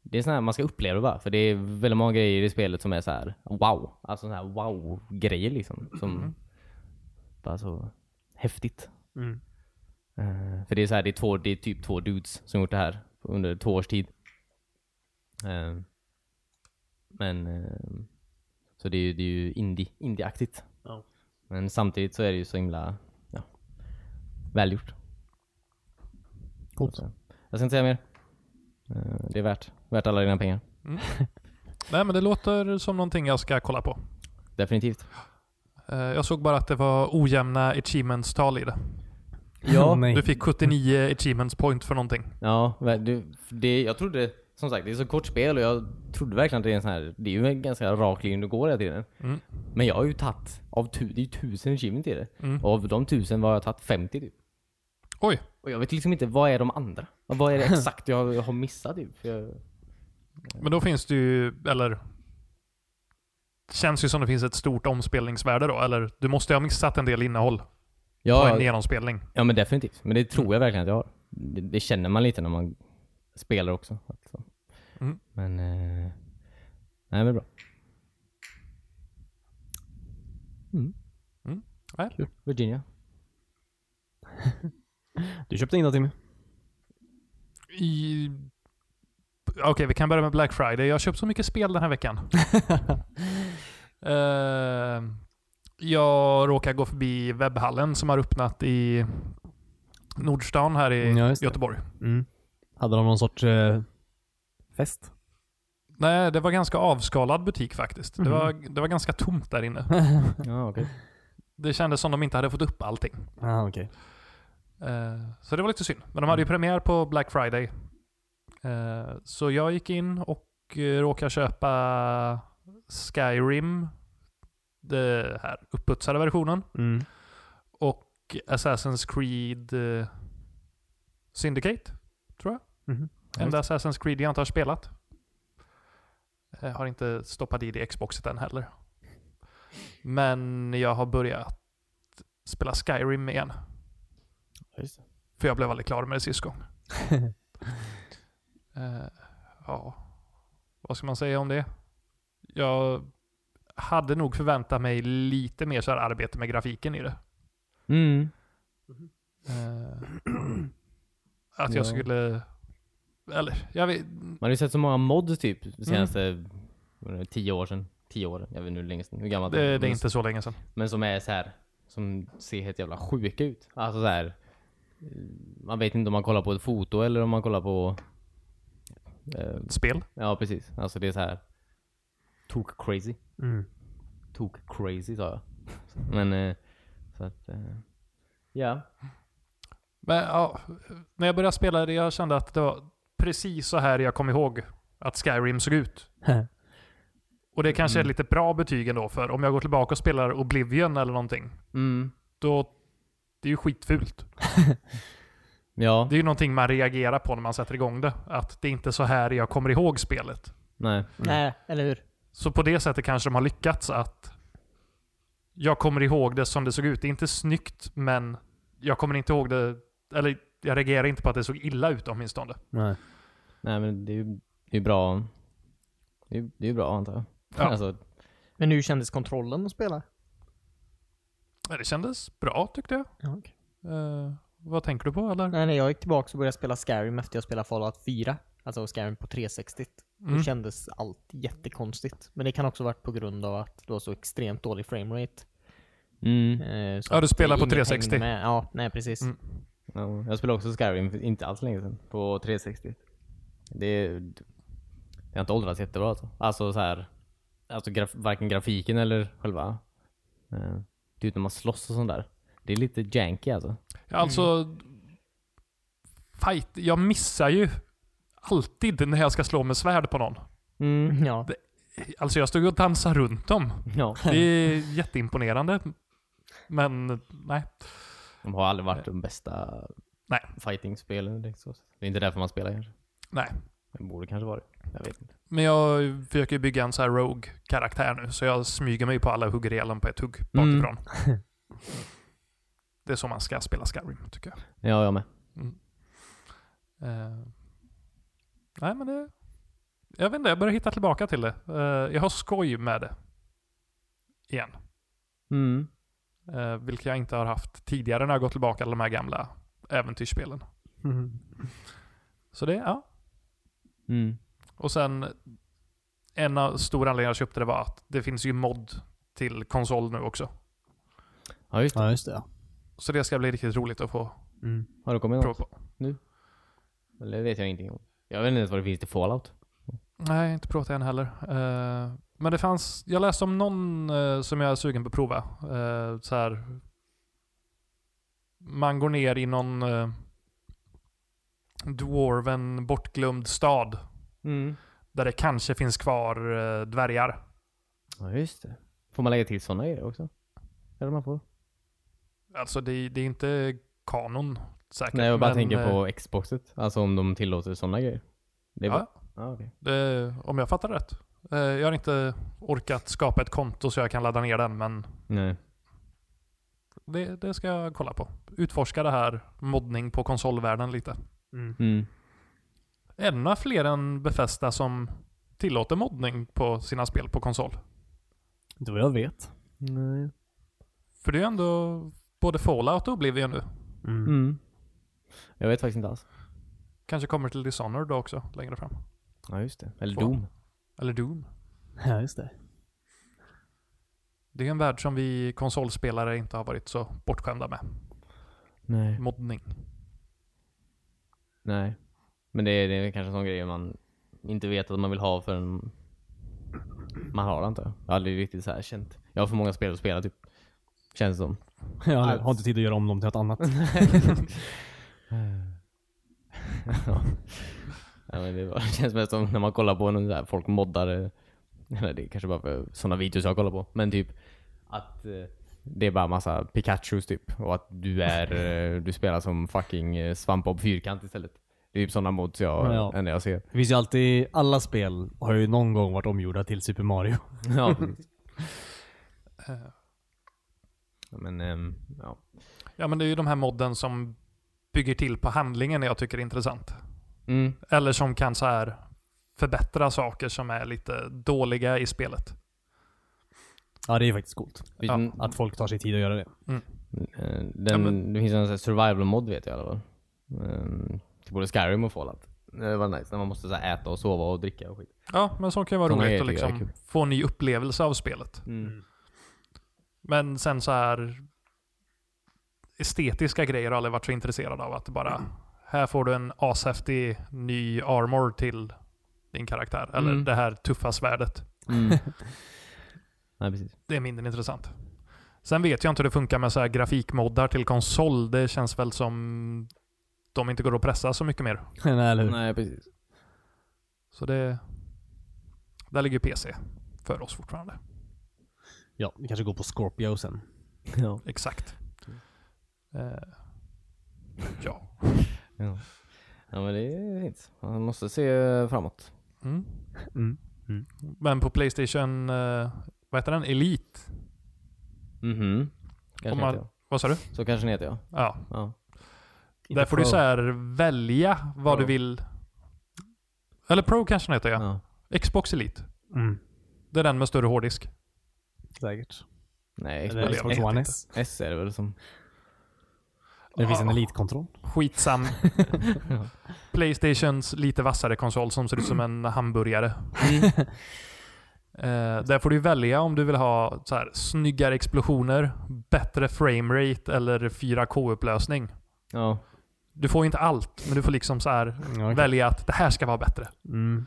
S1: det är sån här man ska uppleva bara, för det är väldigt många grejer i spelet som är så här wow. Alltså sån här wow-grejer liksom. Som
S3: Mhm.
S1: bara så häftigt.
S2: Mm.
S1: Eh, för det är så här, det är, två, det är typ två dudes som gjort det här under två års tid. Eh, men eh, så det är ju, det är ju indie, indieaktigt.
S3: Ja.
S1: Men samtidigt så är det ju så himla ja, välgjort.
S3: Coolt.
S1: Så. Jag ska inte säga mer. Eh, Det är värt, värt alla dina pengar.
S2: Nej men det låter som någonting jag ska kolla på.
S1: Definitivt.
S2: Eh, Jag såg bara att det var ojämna achievements-tal i det.
S1: Ja.
S3: Nej.
S2: Du fick 79 achievements point för någonting.
S1: Ja, ver- du, det, jag trodde, som sagt, det är så kort spel och jag trodde verkligen att det är en sån här, det är ju en ganska rak linje du går hela tiden.
S2: Mm.
S1: Men jag har ju tagit, av tu, det är ju tusen achievement i det.
S2: Mm.
S1: Och av de tusen har jag tagit 50 typ.
S2: Oj.
S1: Och jag vet liksom inte, vad är de andra? Och Vad är det exakt jag har missat typ? För Jag,
S2: Men då finns det ju, eller... Känns ju som det finns ett stort omspelningsvärde då, eller? Du måste ju ha missat en del innehåll på en
S1: ja,
S2: genomspelning.
S1: ja men definitivt. Men det
S2: Mm.
S1: tror jag verkligen att jag har. Det, det känner man lite när man spelar också. Alltså.
S2: Mm.
S1: Men, eh, nej men bra.
S2: Mm. Nej.
S1: Mm. Virginia.
S3: Du köpte in det Timmy.
S2: I... Okej, vi kan börja med Black Friday. Jag har köpt så mycket spel den här veckan. Eh, jag råkar gå förbi webbhallen som har öppnat i Nordstan här i
S3: Ja, just det.
S2: Göteborg.
S3: Mm. Hade de någon sorts eh, fest?
S2: Nej, det var ganska avskalad butik faktiskt.
S3: Mhm.
S2: Det, var, det var ganska tomt där inne.
S1: Ja, okej.
S2: Det kändes som de inte hade fått upp allting.
S3: ah, okej.
S2: Eh, så det var lite synd. Men de hade ju premiär på Black Friday. Eh, så jag gick in och eh, råkade köpa Skyrim, den här upputsade versionen,
S3: Mm.
S2: och Assassin's Creed eh, Syndicate.
S1: Mhm.
S2: Enda Assassin's Creed jag inte har spelat. Jag har inte stoppat i det i Xboxet än heller. Men jag har börjat spela Skyrim igen.
S1: Just det.
S2: För jag blev aldrig klar med det sist gång. Eh, ja, vad ska man säga om det? Jag hade nog förväntat mig lite mer så här arbete med grafiken i det.
S1: Mm.
S2: Eh, att
S1: Ja.
S2: jag skulle... Eller, jag vet...
S1: Man har ju sett så många mods typ de senaste
S2: Mm.
S1: vad är det, tio år sedan. Tio år, jag vet inte hur länge sedan, hur gammalt
S2: Det, det är
S1: men,
S2: inte så länge sedan.
S1: Mm. men som är så här som ser helt jävla sjuka ut. Alltså så här. eh, Man vet inte om man kollar på ett foto eller om man kollar på... Eh,
S2: Spel.
S1: ja, precis. Alltså det är så här Tok crazy.
S3: Mm.
S1: Tok crazy sa jag. Men, eh, så att... Eh, ja.
S2: Men ja, när jag började spela det, jag kände att det var precis så här jag kom ihåg att Skyrim såg ut.
S4: Mm.
S2: Och det kanske är
S1: Mm.
S2: lite bra betyg ändå, för om jag går tillbaka och spelar Oblivion eller någonting,
S1: Mm.
S2: då... Det är ju skitfult.
S1: Ja,
S2: Det är ju någonting man reagerar på när man sätter igång det. Att det är inte så här jag kommer ihåg spelet.
S1: nej. Mm.
S4: Nej, eller hur?
S2: Så på det sättet kanske de har lyckats att jag kommer ihåg det som det såg ut. Det är inte snyggt, men jag kommer inte ihåg det. Eller jag reagerar inte på att det såg illa ut åtminstone.
S3: Nej.
S1: Nej men det är ju det är ju bra. Det är ju det är ju bra antar jag.
S2: Ja.
S1: Alltså,
S4: Men hur kändes kontrollen att spela?
S2: Men Det kändes bra tyckte jag.
S4: Ja, okej.
S2: Eh, vad tänker du på eller?
S4: Nej, nej, jag gick tillbaka och började spela Skyrim efter jag spelade Fallout 4. Alltså Skyrim på 360. Då
S2: Mm.
S4: kändes allt jättekonstigt. Men det kan också varit på grund av att det var så extremt dålig framerate.
S1: mm.
S4: Eh, så
S2: Ja, du
S4: att
S2: spelar på
S4: inget hängde
S2: 360.
S4: Med. Ja, nej precis.
S2: Mm.
S1: ja, jag spelade också Skyrim för inte alls länge sedan. På 360. Det, det har inte åldrats jättebra alltså. Alltså så här. Alltså graf, varken grafiken eller själva. Eh, typ när man slåss och sånt där. Det är lite janky alltså.
S2: Alltså... Fight. Jag missar ju alltid när jag ska slå med svärd på någon.
S1: Mm.
S2: Mhm.
S4: Ja.
S2: Alltså jag stod och dansade runt dem.
S1: Ja.
S2: Det är jätteimponerande. Men nej.
S1: De har aldrig varit de bästa
S2: Nej.
S1: fighting-spelen. direkt så. Det är inte därför man spelar kanske.
S2: Nej.
S1: Det borde kanske vara det. Jag vet inte.
S2: Men jag försöker bygga en så här rogue-karaktär nu, så jag smyger mig på alla och hugger ihjäl dem på ett hugg bakifrån. Det är så man ska spela Skyrim, tycker jag.
S1: Ja, jag med.
S2: Eh, nej, men det... Jag vet inte, jag börjar hitta tillbaka till det. Eh, jag har skoj med det. Igen.
S1: Mm.
S2: Eh, vilket jag inte har haft tidigare när jag gått tillbaka till de här gamla äventyrsspelen.
S3: Mm.
S2: Så det, ja.
S1: Mm.
S2: Och sen, en av stora anledningarna jag köpte det var att det finns ju mod till konsol nu också.
S1: Ja, just det.
S3: Ja, just det. Ja.
S2: Så det ska bli riktigt roligt att få
S3: Mm.
S1: Har du kommit något?
S2: prova på.
S1: Eller det vet jag ingenting om. Jag vet inte ens vad det finns till Fallout.
S2: Nej, inte provat än heller. Eh, men det fanns, jag läste om någon eh, som jag är sugen på att prova. Eh, så här, man går ner i någon eh, dwarven bortglömd stad
S1: Mm.
S2: där det kanske finns kvar eh, dvärgar.
S1: Ja, just det. Får man lägga till sådana grejer också? Eller man får?
S2: Alltså det, det är inte kanon säkert.
S1: Nej, jag bara
S2: men,
S1: tänker
S2: eh,
S1: på Xboxet. Alltså om de tillåter sådana grejer. Det är
S2: Ja.
S1: bara... Ja, okej.
S2: Det, om jag fattar rätt. Eh, Jag har inte orkat skapa ett konto så jag kan ladda ner den, men
S1: Nej.
S2: det, det ska jag kolla på. Utforska det här moddning på konsolvärlden lite.
S1: Mm.
S2: Är det några fler än Bethesda som tillåter moddning på sina spel på konsol?
S3: Inte vad jag vet.
S1: Nej.
S2: För det är ju ändå både Fallout och Oblivion nu.
S1: Mm. Jag vet faktiskt inte alls.
S2: Kanske kommer till Dishonored då också längre fram.
S1: Ja, just det. Eller
S2: Får.
S1: Doom.
S2: Eller Doom.
S3: Ja, just det.
S2: Det är ju en värld som vi konsolspelare inte har varit så bortskämda med.
S1: Nej.
S2: Moddning.
S1: Nej. Men det är, det är kanske en sån grej man inte vet att man vill ha förrän man har det antar jag. Jag har aldrig riktigt så här känt. Jag har för många spel att spela typ. Känns det som.
S3: Jag har- har inte tid att göra om dem till något annat.
S1: ja. ja, men det, var, det känns mest som när man kollar på någon så här, folk moddar. eh, Eller det är kanske bara för sådana videos jag kollar på. Men typ att eh, det är bara massa Pikachus typ. Och att du är, eh, du spelar som fucking eh, SvampBob Fyrkant istället. Det är typ sådana mods jag,
S3: Ja.
S1: enda jag ser.
S3: Det finns ju alltid, alla spel har ju någon gång varit omgjorda till Super Mario.
S1: Ja, Eh. precis. Ja, Men, ehm, ja.
S2: Ja men det är ju de här modden som bygger till på handlingen jag tycker är intressant.
S1: Mm.
S2: Eller som kan så här förbättra saker som är lite dåliga i spelet.
S3: Ja, det är ju faktiskt coolt.
S2: Ja.
S1: Den,
S3: Att folk tar sig tid att göra det.
S1: Mm. Eh, den, Det finns en sån här survival mod vet jag i alla fall. Ehm, till både Skyrim och Fallout. Det var nice när man måste så här, äta och sova och dricka och skit.
S2: Ja, men så kan ju vara
S1: Såna
S2: roligt
S1: grejer
S2: att
S1: tycker jag är
S2: liksom få en ny upplevelse av spelet.
S1: Mm.
S2: Men sen så här estetiska grejer har aldrig varit så intresserad av. Att det bara, här får du en ashäftig ny armor till din karaktär. Eller
S1: Mm.
S2: det här tuffa svärdet.
S1: Mm. Nej precis.
S2: Det är mindre intressant. Sen vet jag inte hur det funkar med så här grafikmoddar till konsol. Det känns väl som de inte går att pressa så mycket mer.
S3: Nej, eller hur?
S1: Nej, precis.
S2: Så det... Där ligger PC för oss fortfarande.
S3: Ja, vi kanske går på Scorpio sen.
S1: Ja.
S2: Exakt. Eh, ja.
S1: Ja. ja, men det är fint. Man måste se framåt.
S2: Mm. Men på Playstation, eh, vad heter den? Elite?
S1: Mhm.
S2: Om
S1: Kanske
S2: man-
S1: heter
S2: Vad sa du?
S1: jag. Så kanske den heter, ja.
S2: Ja.
S1: ja.
S2: Där får du så här välja vad du
S1: Pro.
S2: vill. Eller Pro kanske den heter ja.
S1: ja.
S2: Xbox Elite.
S3: Mm.
S2: Det är den med större hårddisk.
S3: Säkert.
S1: Nej,
S3: Eller
S1: Xbox
S3: Xbox
S2: vet
S3: One
S2: inte.
S3: S.
S1: S är det väl som...
S3: Det finns en
S2: Ah.
S3: elitkontroll.
S2: Skitsam. Playstations lite vassare konsol som ser ut som en hamburgare. Eh, där får du välja om du vill ha så här, snyggare explosioner, bättre framerate eller 4K-upplösning.
S1: Ja.
S2: Du får ju inte allt, men du får liksom så här,
S3: Ja, okej.
S2: välja att det här ska vara bättre. Äh,
S3: Mm.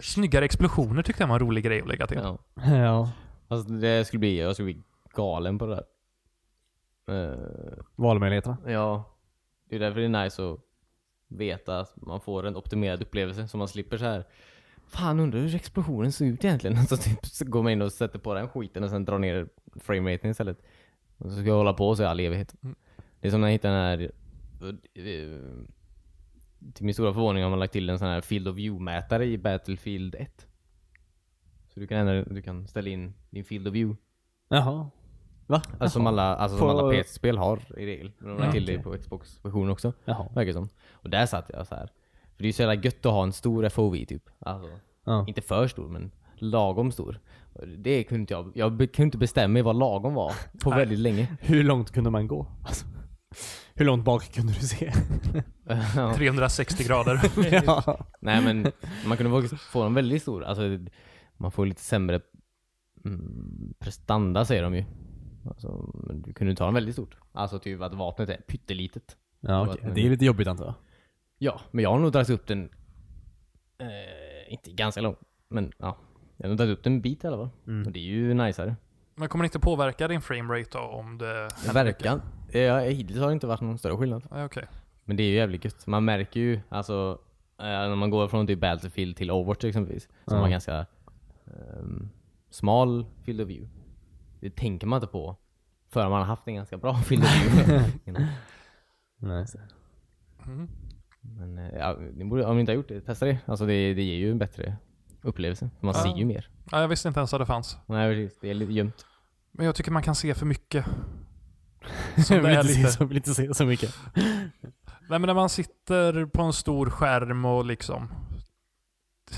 S2: Snyggare explosioner tyckte jag var en rolig grej att lägga till.
S1: ja.
S3: Ja.
S1: Alltså, det skulle bli, jag skulle bli galen på det där. Eh,
S3: Valmöjligheterna.
S1: Ja. Det är därför det är nice att veta att man får en optimerad upplevelse så man slipper så här. Fan undrar hur explosionen såg ut egentligen. Så typ så går man in och sätter på den skiten och sen drar ner frameraten istället. Och så ska jag hålla på så i all evighet. Det är som när jag hittade den här eh, till min stora förvåning har man lagt till en sån här Field of View-mätare i Battlefield 1. Så du kan ändra, du kan ställa in din Field of View.
S3: Jaha. Va?
S1: Alltså som alla, alltså som
S3: På-
S1: alla PC-spel har i regel. Men de har lagt till det på Xbox-versionen också.
S3: Jaha.
S1: Verkar det som. Och där satt jag så här. För det är ju så jävla gött att ha en stor FOV typ. Alltså,
S3: Ja.
S1: inte för stor men lagom stor. Och Det kunde inte jag, jag be- kunde inte bestämma mig vad lagom var på väldigt länge.
S3: Hur långt kunde man gå? Alltså, hur långt bak kunde du se?
S1: Ja.
S2: 360 grader.
S3: ja.
S1: Nej men man kunde faktiskt få dem väldigt stora. Alltså, man får lite sämre mm, prestanda säger de ju. Alltså, men du kunde ta dem väldigt stort. Alltså typ att vapnet är pyttelitet.
S3: ja okej. Det är lite jobbigt antar jag.
S1: Ja, men jag har nog dragit upp den, eh, inte ganska lång, men ja. Jag har nog dragit upp den en bit i alla fall. Och det är ju najsare.
S2: Men kommer det inte påverka din framerate då om det...
S1: Verkan. Ja, hittills har det inte varit någon större skillnad.
S2: Ja, Okej.
S1: Men det är ju jävligt gött. Man märker ju, alltså, eh, när man går från typ Battlefield till Overwatch exempelvis, som har ganska ehm, smal field of view. Det tänker man inte på förrän man har haft en ganska bra field of view. innan.
S3: Nej.
S2: Mm.
S1: men eh, ja, ni borde, om ni inte har gjort det, testa det. Alltså det, det ger ju en bättre upplevelse. Man ser ju mer.
S2: Ja, jag visste inte ens att det fanns.
S1: Nej precis, det är lite gömt.
S2: Men jag tycker man kan se för mycket.
S3: Jag
S2: Som det
S3: vill
S2: är
S3: inte, se,
S2: lite.
S3: så, vill inte se så mycket.
S2: Nej men när man sitter på en stor skärm och liksom...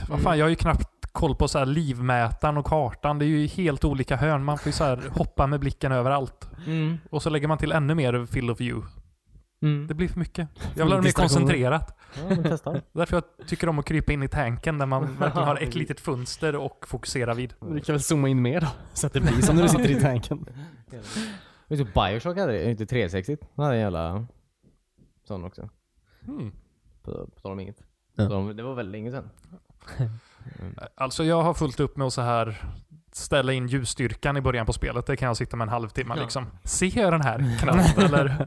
S2: Vad fan, jag har ju knappt koll på så här livmätaren och kartan. Det är ju helt olika hörn. Man får ju så här hoppa med blicken överallt.
S1: Mm.
S2: Och så lägger man till ännu mer field of view. Det blir för mycket. Jag vill ha det mer
S3: distraktioner.
S2: koncentrerat.
S1: Ja, men testa.
S2: Därför jag tycker om att krypa in i tanken där man verkligen har ett litet fönster och fokusera vid.
S3: Du kan väl zooma in mer då? Så att det blir som när du sitter i tanken.
S1: Vet du, Bioshock hade det, inte 360. Han hade en jävla sån också.
S3: Hmm.
S2: Mm.
S1: På, på tal om inget.
S3: Ja.
S1: Så de, det var väldigt länge sedan.
S2: Alltså jag har fullt upp med att så här ställa in ljusstyrkan i början på spelet. Det kan jag sitta med en halvtimme liksom. Ser jag den här knappt eller?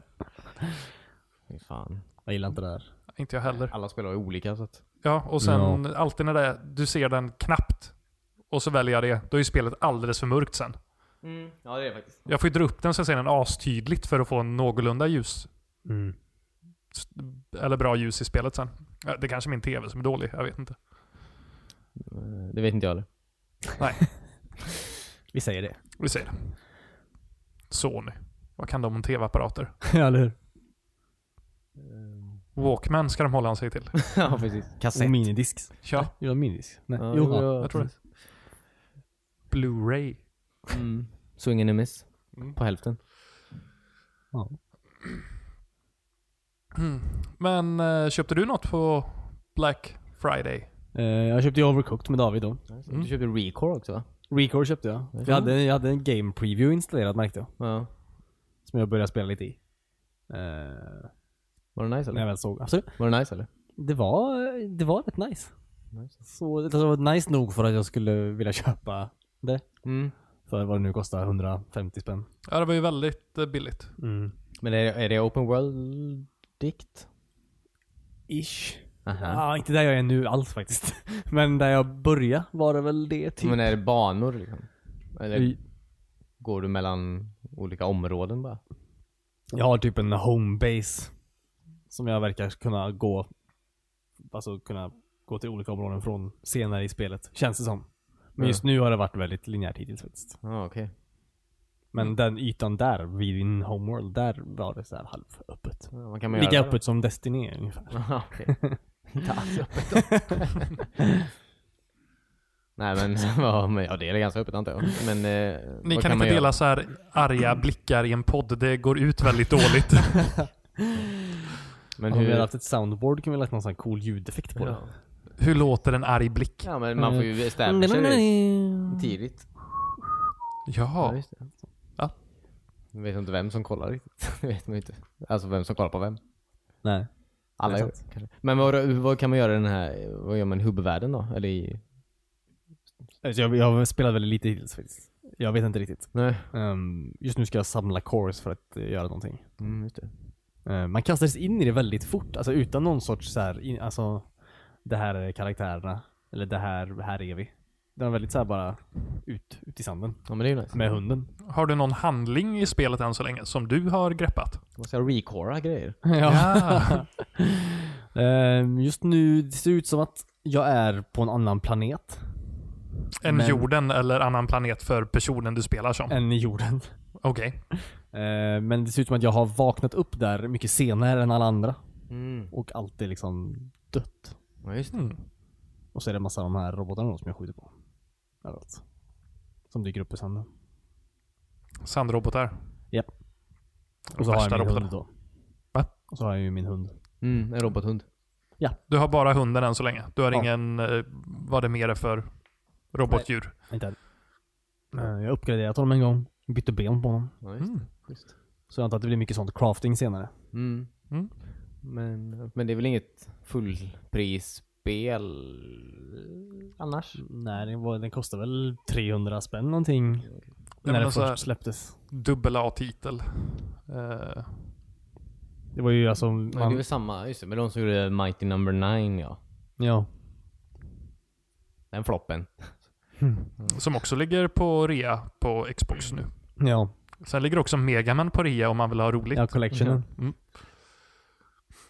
S1: Fy fan.
S3: Jag gillar inte det här.
S2: Inte jag heller.
S1: Alla spelar ju olika så att...
S2: Ja, och sen alltid när det är, du ser den knappt och så väljer jag det, då är ju spelet alldeles för mörkt sen.
S1: Mm. Ja det är det faktiskt.
S2: Jag får ju dra upp den så jag ser den astydligt för att få en någorlunda ljus.
S3: Mm.
S2: Eller bra ljus i spelet sen. Ja, Det är kanske är min tv som är dålig, jag vet inte.
S1: Eh, Det vet inte jag heller.
S3: Vi säger det.
S2: Vi ser. Sony. Vad kan de om tv-apparater?
S3: ja, eller hur?
S2: Walkman ska de hålla sig till.
S1: ja precis.
S3: Och minidisk.
S2: Ja.
S3: Jo, minidisk. Nej.
S1: Ja,
S3: jo,
S1: ja,
S3: ja.
S2: Jag tror det. Blu-ray.
S1: Mm. Swing and a miss. På hälften.
S3: Ja.
S2: Mm. Men eh, köpte du något på Black Friday?
S3: Eh, jag köpte ju Overcooked med David då.
S1: Du köpte Recore också va?
S3: Recore köpte jag. Jag hade, jag hade en game preview installerad märkte jag.
S1: Ja.
S3: Som jag började spela lite i. Eh,
S1: Var det nice
S3: när
S1: eller?
S3: jag väl såg. Absolut.
S1: Var det nice eller?
S3: Det var, det var rätt nice. Så, det var nice nog för att jag skulle vilja köpa det.
S1: Mm.
S3: För vad det nu kostar, 150 spänn.
S2: Ja, det var ju väldigt eh, billigt.
S1: Men är, är det open world-dikt?
S3: Ish.
S1: Aha.
S3: Ja, inte där jag är nu alls faktiskt. Men där jag började var det väl det typ.
S1: Men är det banor liksom? Eller
S3: I-
S1: går du mellan olika områden bara?
S3: Jag har typ en homebase. Som jag verkar kunna gå, alltså kunna gå till olika områden från senare i spelet. Känns det som. Men just nu har det varit väldigt linjärt hittills faktiskt.
S1: Ja, ah, okej. Mm.
S3: Men den ytan där, vid din homeworld, där var det så här halvöppet.
S1: Ja, Vad kan man
S3: Lika
S1: göra?
S3: öppet som Destiny är ungefär.
S1: Aha, okej. Inte alls öppet då. Nej men, ja, men, ja det är ganska öppet antar jag. Men eh,
S2: Ni
S1: vad
S2: kan,
S1: man
S2: inte
S1: göra?
S2: dela så här arga blickar i en podd. Det går ut väldigt dåligt.
S1: Men
S3: Om vi hade
S1: hur...
S3: haft ett soundboard kan vi lagt någon sån här cool ljudeffekt på det.
S2: Hur låter en arg blick?
S1: Ja men man får ju
S3: Mm,
S1: establisha det tidigt. Ja,
S2: Ja,
S1: just det.
S2: Ja.
S1: Jag vet inte vem som kollar riktigt. Det vet man ju inte. Alltså vem som kollar på vem.
S3: Nej.
S1: Alla
S3: Det är
S1: gör det, kanske. Men vad, vad kan man göra i den här, vad gör man i hubbvärlden då? Eller i...
S3: Alltså, Jag, jag har spelat väldigt lite hittills faktiskt. Jag vet inte riktigt.
S1: Nej.
S3: Ehm, just nu ska jag samla cores för att eh, göra någonting.
S1: Mm, just det.
S3: Eh, Man kastades in i det väldigt fort, alltså utan någon sorts så här, in, alltså det här är karaktärerna, eller det här, här är vi. Den var väldigt så här bara ut, ut i sanden.
S1: Ja men det är ju nice.
S3: Med hunden.
S2: har du någon handling i spelet än så länge som du har greppat?
S1: Måste jag recora grejer?
S2: Ja.
S3: Ehm, Just nu, det ser ut som att jag är på en annan planet
S2: En
S3: Men-
S2: jorden eller annan planet för personen du spelar som?
S3: än jorden.
S2: Okej.
S3: Ehm, Men det ser ut som att jag har vaknat upp där mycket senare än alla andra.
S1: Mm.
S3: Och allt är liksom dött.
S1: Ja just det.
S2: Mm.
S3: Och så är det en massa av de här robotarna då som jag skjuter på. Överallt. Som dyker upp i sanden.
S2: Sandrobotar.
S3: Japp.
S2: De
S3: Och så har jag
S2: värsta
S3: min
S2: robotarna.
S3: hund då.
S2: Va?
S3: Och så har jag ju min hund.
S1: Mm, en robothund.
S2: Du har bara hunden än så länge. Du har
S3: Ja.
S2: ingen, eh, vad det mer är för robotdjur.
S3: Inte än. Eh, Jag har uppgraderat honom en gång. Bytte ben på honom.
S1: Ja, just det.
S2: Mm.
S1: Schysst.
S3: Så jag antar att det blir mycket sånt crafting senare.
S1: Mm.
S2: Mm.
S1: Men, men det är väl inget fullprisspel annars?
S3: Nej, den, var, den kostar väl 300 spänn någonting.
S2: men
S3: när den
S2: alltså-
S3: först släpptes.
S2: Dubbel A-titel. Eh,
S3: Det var ju alltså...
S1: Men det är
S3: Man,
S1: väl samma, just det, med de som gjorde Mighty Number Nine ja.
S3: ja.
S1: Den floppen.
S2: som också ligger på rea på Xbox nu.
S3: Ja.
S2: Sen ligger också Megaman på rea om man vill ha roligt.
S3: Ja, collectionen.
S2: Mm.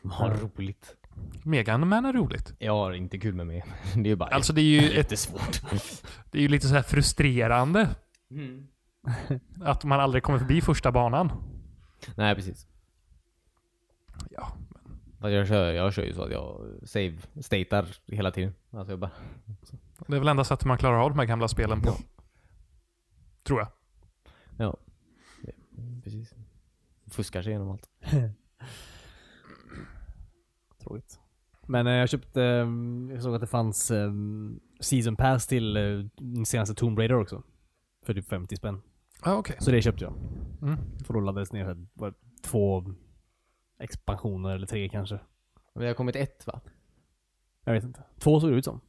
S1: Vad roligt.
S2: Megaman är roligt.
S1: Jag har inte kul med mig. Det är ju bara
S2: Alltså det är ju, ett,
S1: jättesvårt.
S2: det är ju lite så här frustrerande att man aldrig kommer förbi första banan.
S1: Nej precis.
S2: Ja,
S1: Fast jag kör, jag kör ju så att jag save-statar hela tiden. Alltså jag bara...
S2: Det är väl enda sättet man klarar av de här gamla spelen på. Tror jag.
S1: Ja. Precis. Fuskar sig igenom allt.
S3: Tråkigt. Men eh, jag köpte... eh, Jag såg att det fanns eh, Season Pass till eh, den senaste Tomb Raider också. För typ 50 spänn.
S2: Ja, okej.
S3: Så det köpte jag.
S2: Mm.
S3: För då laddades ner så här, var det två expansioner eller tre kanske.
S1: Men det har kommit ett va?
S3: Jag vet inte. Två såg det ut som.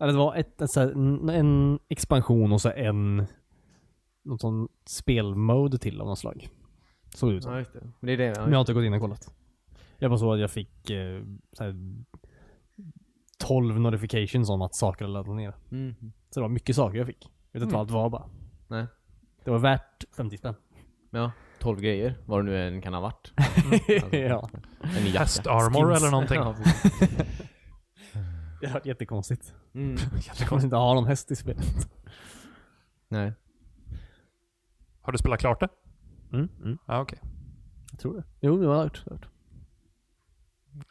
S3: Eller det var ett, en, så här, en, en expansion och så en... Någon sån spelmode till av något slag. Såg det ut som.
S1: just det. Men det är det. Ja,
S3: Men jag har inte gått in och kollat. Jag bara såg att jag fick eh, så här, 12 notifications om att saker hade laddats ner.
S1: Mm.
S3: Så det var mycket saker jag fick. Jag vet inte vad allt var bara.
S1: Nej.
S3: Det var värt 50 spänn.
S1: Ja, 12 grejer. Vad det nu än kan ha varit.
S3: ja.
S1: En ny jacka.
S2: Hästarmor eller någonting.
S1: Ja, precis.
S3: Det var jättekonstigt.
S1: mm.
S3: Jag kommer inte ha någon häst i spelet.
S1: Nej.
S2: Har du spelat klart det? Ja, okej.
S3: Mm, Jag tror det. Jo, det var hört. hört.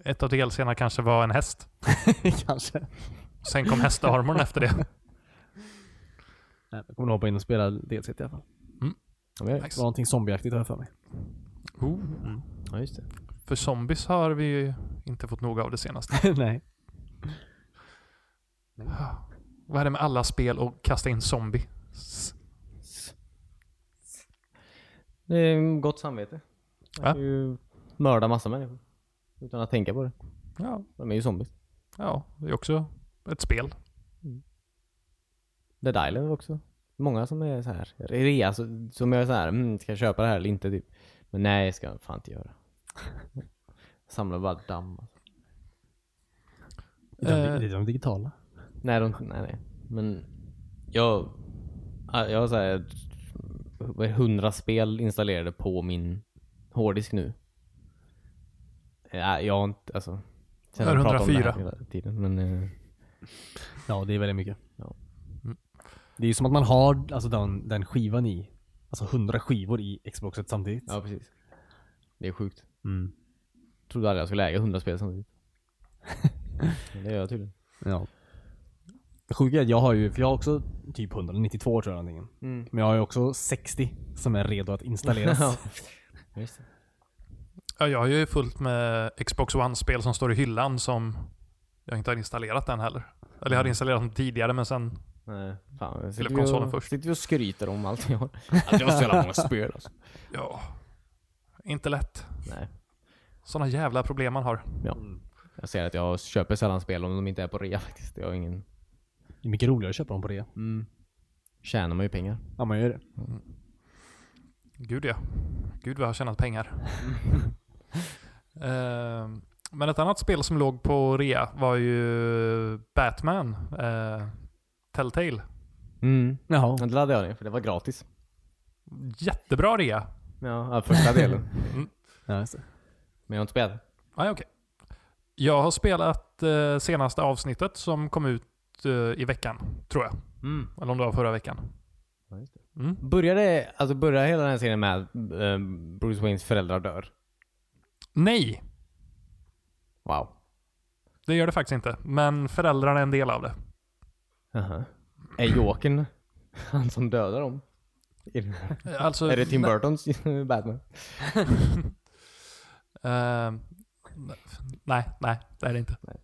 S2: Ett av DLC'na kanske var en häst.
S3: Kanske.
S2: Sen kom hästarmorn efter det.
S3: Nej, jag kommer nog hoppa in och spela DLC i alla fall.
S1: Ja, men jag-
S3: Det var någonting zombieaktigt har jag för mig.
S2: Oh,
S1: ja, just det.
S2: för zombies har vi ju inte fått nog av det senaste.
S3: Nej.
S2: Vad är det med alla spel och kasta in zombie? S-
S1: Det är en gott samvete. Man
S2: Ja.
S1: kan ju mörda massa människor. Utan att tänka på det.
S2: Ja,
S1: De är ju zombies.
S2: ja, det är också ett spel.
S1: Dead Island var också Många som är så här rea, så- som är så här, mm, ska jag köpa det här eller inte? Typ. Men nej, ska jag fan inte göra. Samlar bara damm. alltså.
S3: Det är
S2: Eh.
S3: de- det är de digitala.
S1: Nej, de, nej, nej. Men jag, ja, jag har så här, vad är det, 100 spel installerade på min hårddisk nu. Ja, jag har inte, alltså. sen
S2: Jag har
S1: jag pratar om det här
S2: 104.
S1: hela Tiden, men, eh,
S3: Ja, det är väldigt mycket.
S1: Ja.
S2: Mm.
S3: Det är ju som att man har alltså, den, den skivan i, alltså hundra skivor i Xboxet samtidigt.
S1: ja, precis. Det är sjukt.
S3: Mm.
S1: Trodde aldrig jag skulle äga 100 spel samtidigt. Men det gör jag tydligen.
S3: ja. Det sjuka är att jag har ju, för jag har också typ 192 tror jag antingen.
S1: Mm.
S3: Men jag har ju också 60 som är redo att installeras.
S1: Just det.
S2: Ja, jag har ju fullt med Xbox One-spel som står i hyllan som jag inte har installerat än heller. Eller jag hade installerat dem tidigare men sen...
S1: Nej, fan. jag
S2: Eller
S1: Sitter vi,
S2: konsolen
S1: och,
S2: först.
S1: sitter vi och skryter om allt jag har. Att jag har så jävla många spel alltså.
S2: Ja. Inte lätt.
S1: Nej.
S2: Sådana jävla problem man har.
S1: Jag ser att jag köper sällan spel om de inte är på rea faktiskt. Jag har ingen...
S3: det är mycket roligare att köpa dem på det.
S1: Mm. Tjänar man ju pengar.
S3: Ja, man gör det.
S2: Gud ja. Gud vad jag har tjänat pengar. Ehm, men ett annat spel som låg på rea var ju Batman. eh, Telltale.
S1: Mm.
S3: Jaha.
S1: Det laddade jag ner för det var gratis.
S2: Jättebra rea.
S1: Ja, ja, första delen.
S3: Ja, just det.
S1: Men jag har inte spelat.
S2: Nej, okej. Jag har spelat eh, senaste avsnittet som kom ut eh, i veckan, tror jag.
S1: Mm.
S2: Eller om det var förra veckan.
S1: Ja, just
S2: Mm.
S1: Började, alltså började hela den här serien med att eh, Bruce Waynes föräldrar dör?
S2: Nej,
S1: Wow.
S2: det gör det faktiskt inte. Men föräldrarna är en del av det.
S1: Jaha. Är Jokern han som dödar dem? Är det-
S2: Eh, Alltså,
S1: Är det Tim Burtons Batman?
S2: Eh, nej, nej, det är det inte.
S1: Nej.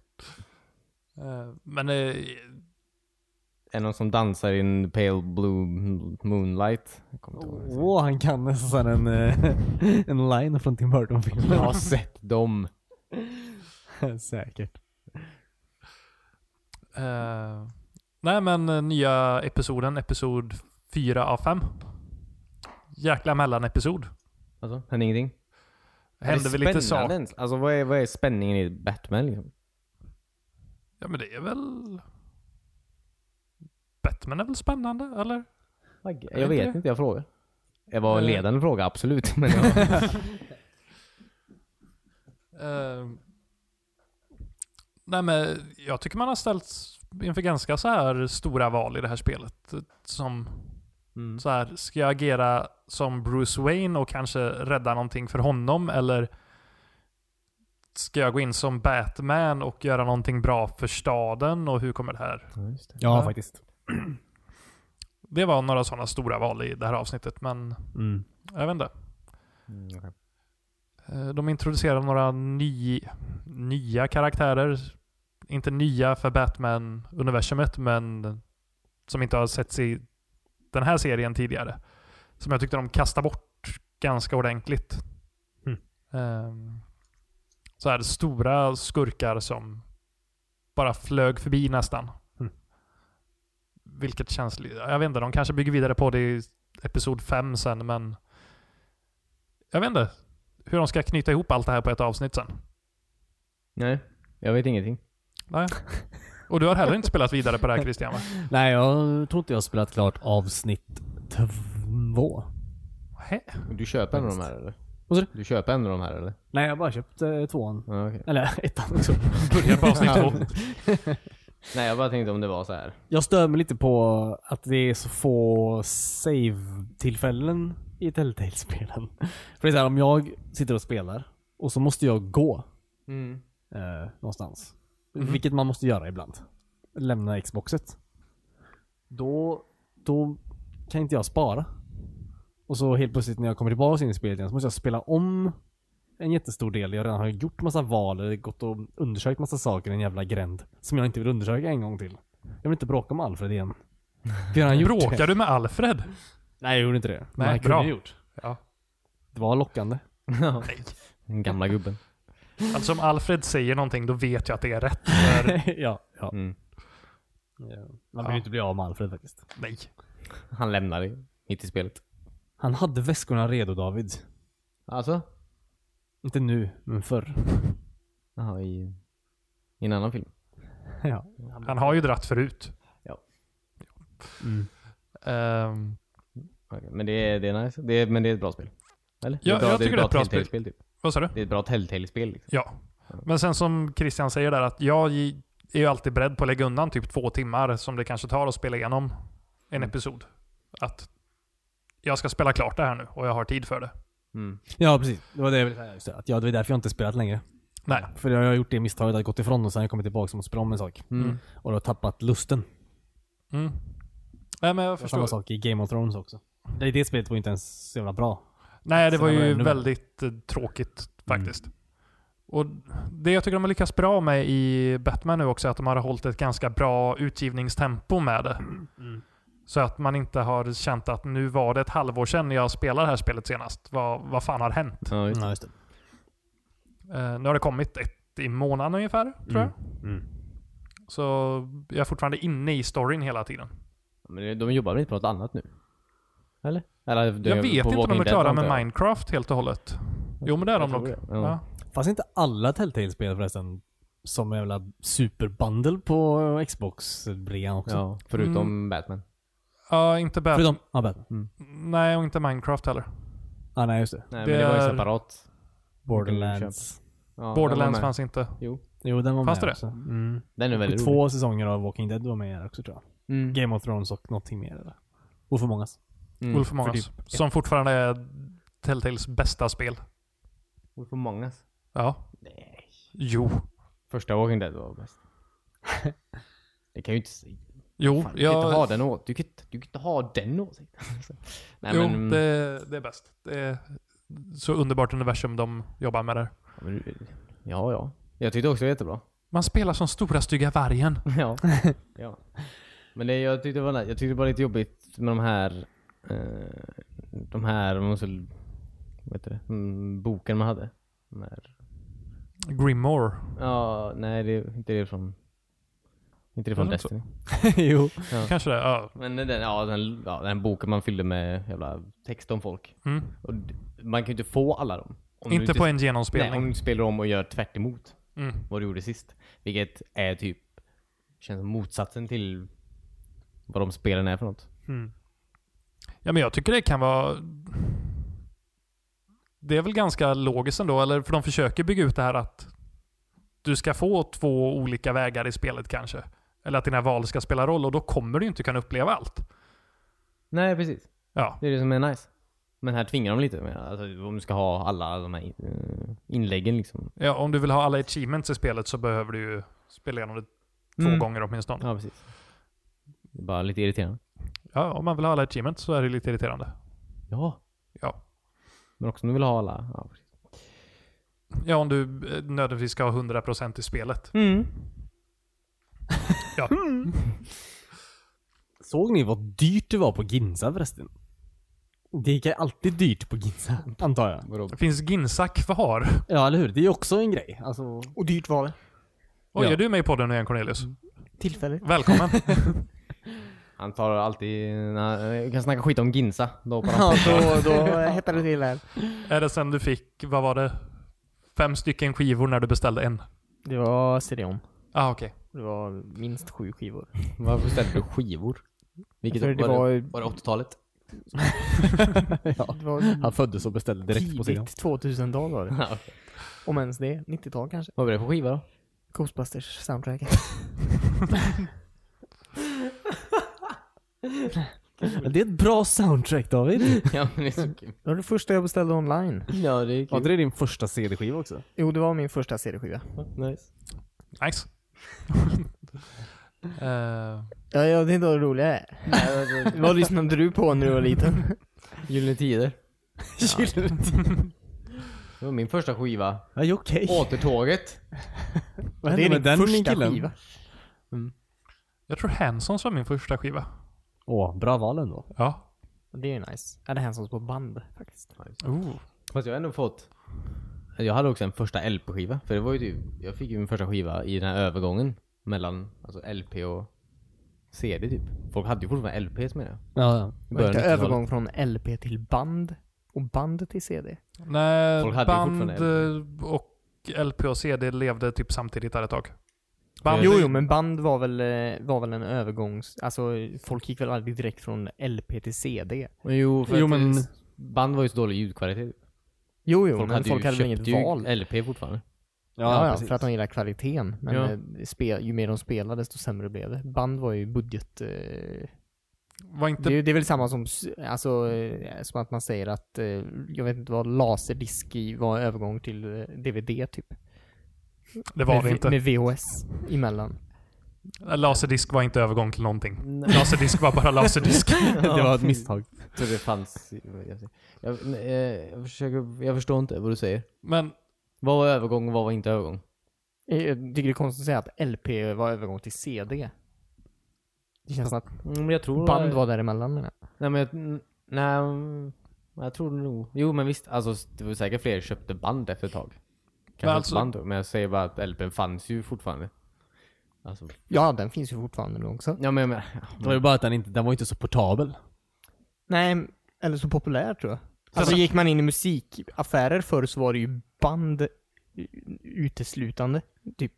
S2: Eh, men eh,
S1: Är det någon som dansar in pale blue m- moonlight? Jag kommer inte ihåg vad jag säger.
S3: Åh, han kan nästan en, eh, en line från Tim Burton-filmen.
S1: Jag har sett dem.
S3: Säkert.
S2: eh, nej, men eh, nya episoden, episod 4 av 5. Jäkla mellanepisod.
S1: Alltså, händer ingenting?
S2: Hände
S1: Är det
S2: väl lite
S1: spännande
S2: saker.
S1: ens? Alltså vad är, vad är spänningen i Batman liksom?
S2: Ja men det är väl... Batman är väl spännande, eller?
S1: Jag
S2: inte
S1: vet
S2: det?
S1: inte, jag frågar. Det var en
S2: Eh.
S1: ledande fråga, absolut. Men jag,
S2: Eh, nej men jag tycker man har ställts inför ganska så här stora val i det här spelet. eh, Som
S1: mm.
S2: så här, ska jag agera som Bruce Wayne och kanske rädda någonting för honom eller ska jag gå in som Batman och göra någonting bra för staden och hur kommer det här?
S1: Ja, just det.
S3: Ja,
S2: Ja.
S3: faktiskt.
S2: Det var några sådana stora val i det här avsnittet men
S3: Mm.
S2: jag vet inte.
S1: Mm, okej.
S2: Eh, De introducerar några ny, nya karaktärer. Inte nya för Batman-universumet, men som inte har setts i den här serien tidigare. Som jag tyckte de kastade bort ganska ordentligt.
S3: Mm.
S2: Ehm, Så här stora skurkar som bara flög förbi nästan.
S3: Mm.
S2: Vilket känns... li- Jag vet inte, de kanske bygger vidare på det i episod 5 sen, men... Jag vet inte hur de ska knyta ihop allt det här på ett avsnitt sen.
S1: Nej, jag vet ingenting.
S2: Nej. Och du har heller inte spelat vidare på det här Christian va?
S3: Nej, jag tror inte jag har spelat klart avsnitt två.
S2: Hä?
S1: Du köper en av de här eller?
S3: Vad sa du?
S1: Du köper en av de här eller?
S3: Nej, jag har bara köpt eh, tvåan.
S1: Ja, okej.
S3: Eller ettan också.
S2: Börja på avsnitt två.
S1: Nej, jag bara tänkte om det var så här.
S3: Jag stör mig lite på att det är så få save-tillfällen i Telltale-spelen. För det är så här, om jag sitter och spelar och så måste jag gå eh, någonstans.
S2: Mhm.
S3: Vilket man måste göra ibland. Lämna Xboxet. Då, då kan inte jag spara. Och så helt plötsligt när jag kommer tillbaka in i spelet igen så måste jag spela om en jättestor del. Jag redan har gjort massa val eller gått och undersökt massa saker i en jävla gränd. Som jag inte vill undersöka en gång till. Jag vill inte bråka med Alfred igen. För jag har redan gjort det.
S2: Bråkar du med Alfred?
S3: Nej, jag gjorde inte det. Men
S2: Nej,
S3: han kunde
S2: bra.
S3: ha gjort.
S2: Ja.
S3: Det var lockande.
S2: Nej.
S1: Den gamla gubben.
S2: Alltså om Alfred säger någonting då vet jag att det är rätt. För...
S3: ja, ja.
S1: Mm.
S3: Man vill ju inte bli av med Alfred faktiskt.
S2: Nej.
S1: Han lämnar dig mitt i spelet.
S3: Han hade väskorna redo David.
S1: Alltså?
S3: Inte nu, men förr.
S1: Jaha, i, i en annan film.
S3: ja.
S2: Han har ju dratt förut.
S1: Ja.
S3: Mm.
S2: Ehm,
S1: Okej, Men det är, det är nice. Det är, men det är ett bra spel. Eller?
S2: Ja, jag tycker det är ett bra
S1: Telltale-spel, Typ.
S2: vad sa du?
S1: Det är ett bra Telltale-spel liksom.
S2: Ja. Men sen som Christian säger där, att jag gi- är ju alltid beredd på att lägga undan typ två timmar som det kanske tar att spela igenom en
S1: Mm.
S2: episod. Att jag ska spela klart det här nu och jag har tid för det.
S1: Mm.
S3: ja, precis. Det var det jag ville säga. Just det. Att ja, det är därför jag inte spelat längre.
S2: Nej.
S3: För jag har gjort det misstaget att gått ifrån och sen har jag kommit tillbaka och spelat om en sak.
S1: Mm.
S3: Och då har tappat lusten.
S2: Mm. Nej, men jag
S3: Det var samma
S2: förstår.
S3: sak i Game of Thrones också. Det, det spelet var ju inte ens så jävla bra.
S2: Nej, det
S3: Sen
S2: var
S3: har man
S2: ju
S3: ännu-
S2: väldigt eh, tråkigt
S1: Mm.
S2: faktiskt. Och Det jag tycker de har lyckats bra med i Batman nu också är att de har hållit ett ganska bra utgivningstempo med det.
S1: Mm.
S2: Så att man inte har känt att nu var det ett halvår sedan jag spelade det här spelet senast. Vad, vad fan har hänt?
S1: Ja, just.
S3: Ja, just det.
S2: Eh, nu har det kommit ett i månaden ungefär, tror jag.
S3: Mm.
S2: Så jag är fortfarande inne i storyn hela tiden.
S1: Men det- de jobbar väl inte på något annat nu? Eller? Eller det-
S2: jag
S1: på
S2: vet inte om
S1: Walking
S2: de är
S1: Dead,
S2: klara
S1: antar
S2: med
S1: jag.
S2: Minecraft helt och hållet. Jo, men det är
S1: Jag
S2: de
S1: tror
S2: nog.
S1: det, ja.
S2: Ja.
S3: Fanns inte alla Telltale-spel förresten som en jävla superbundle på Xbox-brean också?
S1: Ja, förutom
S2: Mm.
S1: Batman.
S2: ja, inte Batman.
S3: Förutom... Ja, Batman.
S2: Nej, och inte Minecraft heller.
S3: Ah, nej, just det.
S1: Nej,
S2: Det
S1: men det var ju
S2: är-
S1: separat.
S3: Borderlands.
S1: Ja,
S2: Borderlands
S1: den var med.
S2: fanns inte.
S1: Jo.
S3: Jo, den var
S2: Fanns
S3: med
S2: det
S3: också. Mm.
S1: Den är
S3: Och
S1: väldigt rolig.
S3: Två säsonger av Walking Dead var med här också tror jag.
S1: Mm.
S3: Game of Thrones och någonting mer. Eller? Och för många.
S1: Mm.
S2: Mm, Wolf Among
S3: för
S2: Us. Som fortfarande är Telltales bästa spel.
S1: Wolf Among Us.
S2: Ja.
S1: Nej.
S2: Jo.
S1: Första Walking Dead var bäst. det kan ju inte säga.
S2: Jo,
S1: Fan, du kan inte ha
S2: jag,
S1: den åt. Du kan inte, du kan inte ha den åsikten. Nej
S2: jo
S1: men...
S2: det, det är bäst. Det är så underbart universum de jobbar med där.
S1: Ja, men du- ja, ja. Jag tyckte också det var jättebra.
S2: Man spelar som stora stygga vargen.
S1: Ja. ja. Men det, jag, tyckte det var, jag tyckte det var lite jobbigt med de här, eh, de här, vad måste, vad heter det, mm, boken man hade. De här,
S2: Grimoire.
S1: ja, nej det är inte det från, inte det från
S2: Var det inte
S1: Destiny.
S3: jo.
S2: Kanske det. Ja.
S1: Men den, ja, den, ja, den boken man fyllde med jävla text om folk.
S2: Mm.
S1: Och d- man kan ju inte få alla dem. Om du
S2: Inte på en
S1: Nej, om
S2: genomspelning.
S1: du spelar om och gör tvärt emot
S2: Mm.
S1: vad du gjorde sist. Vilket är typ, känns som motsatsen till vad de spelen är för något.
S2: Mm. Ja, men jag tycker det kan vara... Det är väl ganska logiskt ändå, eller? För de försöker bygga ut det här att du ska få två olika vägar i spelet kanske. Eller att dina val ska spela roll och då kommer du inte kunna uppleva allt.
S1: Nej, precis.
S2: Ja.
S1: Det är det som är nice. Men här tvingar de lite. Men alltså, om du ska ha alla de här eh, inläggen liksom.
S2: ja om du vill ha alla achievements i spelet så behöver du ju spela igenom det två
S1: Mm.
S2: gånger åtminstone.
S1: Ja, precis. Det är bara lite irriterande.
S2: Ja, om man vill ha alla achievements så är det lite irriterande.
S1: Ja.
S2: Ja.
S1: Men också om du vill ha alla. Ja, precis.
S2: Ja, om du eh, nödvändigtvis ska ha 100% i spelet.
S1: Mm.
S3: Såg ni vad dyrt det var på Ginza förresten? Det gick alltid dyrt på Ginza, antar jag.
S1: Vadå?
S2: Finns Ginsa kvar?
S3: Ja, eller hur? Det är ju också en grej. Alltså...
S4: Och dyrt var det.
S2: Oj,
S3: Ja.
S2: är du med i podden igen
S1: Mm.
S2: Cornelius?
S4: Tillfälligt.
S2: Välkommen!
S1: Han tar alltid... när- Jag kan snacka skit om Ginsa. Då hoppar han
S4: Ja,
S1: på.
S4: då, då hettade det till här.
S2: Är det sen du fick, vad var det? Fem stycken skivor när du beställde en?
S4: Det var CD-ON.
S2: Ah, okej.
S4: Det var minst sju skivor.
S1: Varför ställer du skivor? Vilket
S4: För
S1: var,
S4: det
S1: var,
S4: var-
S1: det, var det 80-talet?
S3: ja.
S4: Det var typ
S3: Han föddes och beställde direkt på sidan.
S4: tidigt 2000-tal var det.
S1: Ja.
S4: Om ens det. 90-tal kanske.
S1: Vad var det för skiva då?
S4: Ghostbusters soundtrack.
S3: Det är ett bra soundtrack David.
S1: ja, men det är så kul.
S4: Det var det första jag beställde online.
S1: Ja, det är
S3: Var inte det din första CD-skiva också?
S4: Jo, det var min första CD-skiva.
S1: Nice.
S2: Nice. Eh,
S4: Ja, ja, det är då det roliga är. Vad lyssnade du på när du var liten?
S1: alltså, Gyllene Tider. Det var min första skiva.
S3: Ja, det är okej.
S1: Återtåget.
S3: Vad
S4: det är
S3: hände med
S4: din
S3: den min
S4: första
S3: killen?
S4: skiva.
S2: jag tror Hansons var min första skiva.
S3: Åh, bra val ändå.
S2: Ja.
S4: Det är ju nice. Ja, det här som står på band faktiskt.
S2: Oh.
S1: Fast jag har ändå fått Jag hade också en första LP-skiva För det var ju typ Jag fick ju min första skiva i den här övergången Mellan alltså LP och CD typ. Folk hade ju fortfarande LPs med det.
S3: Ja, ja.
S1: I
S4: Var det
S1: början
S4: inte
S1: av 90-talet.
S4: övergång från LP till band? Och band till CD?
S1: Folk
S2: Nej,
S1: hade ju
S2: band
S1: fortfarande
S2: eh, och LP och CD levde typ samtidigt där ett tag. Band,
S4: Jo, jo, men band var väl, eh, var väl en övergångs... Alltså, folk gick väl aldrig direkt från LP till CD?
S1: Men Jo, för
S3: Jo,
S1: att,
S3: men-
S1: eh, band var ju så dålig ljudkvalitet.
S4: Jo, jo,
S1: Folk
S4: men
S1: hade
S4: folk
S1: ju
S4: hade väl
S1: köpt
S4: inget
S1: ju
S4: val?
S1: LP fortfarande.
S4: Ja, ja,
S3: precis.
S4: för att de gillar kvaliteten. Men
S1: Ja.
S4: eh, spel, ju mer de spelade, desto sämre blev det. Band var ju budget... Eh,
S2: var inte...
S4: Det, är ju- det är väl samma som, s- alltså, eh, som att man säger att, eh, jag vet inte vad laserdisk i var en övergång till eh, DVD typ.
S2: det var
S4: med,
S2: det
S4: v-
S2: inte.
S4: Med VHS emellan.
S2: Laserdisk var inte övergång till någonting. Laserdisk var bara laserdisk.
S1: det var ett misstag. Så det fanns... Jag, eh, jag, försöker, jag förstår inte vad du säger.
S2: Men
S1: Vad var övergång och vad var inte övergång?
S4: Eh, Jag tycker det är konstigt att säga att LP var övergång till CD. Det känns som att
S1: Mm, men jag tror...
S4: band var däremellan menar jag.
S1: Nej men jag... n- Nej... mm, Jag tror nog... Jo men visst, alltså det var säkert fler som köpte band efter ett tag. Kanske
S2: Men
S1: men,
S2: alltså-
S1: band, men jag säger bara att LPn fanns ju fortfarande. Alltså,
S4: Ja, den finns ju fortfarande nu också.
S1: ja men, men
S3: Det var ju bara att den inte, den var inte så portabel.
S4: Nej, eller så populär tror jag. Alltså gick man in i musikaffärer förr så var det ju band u- uteslutande, typ.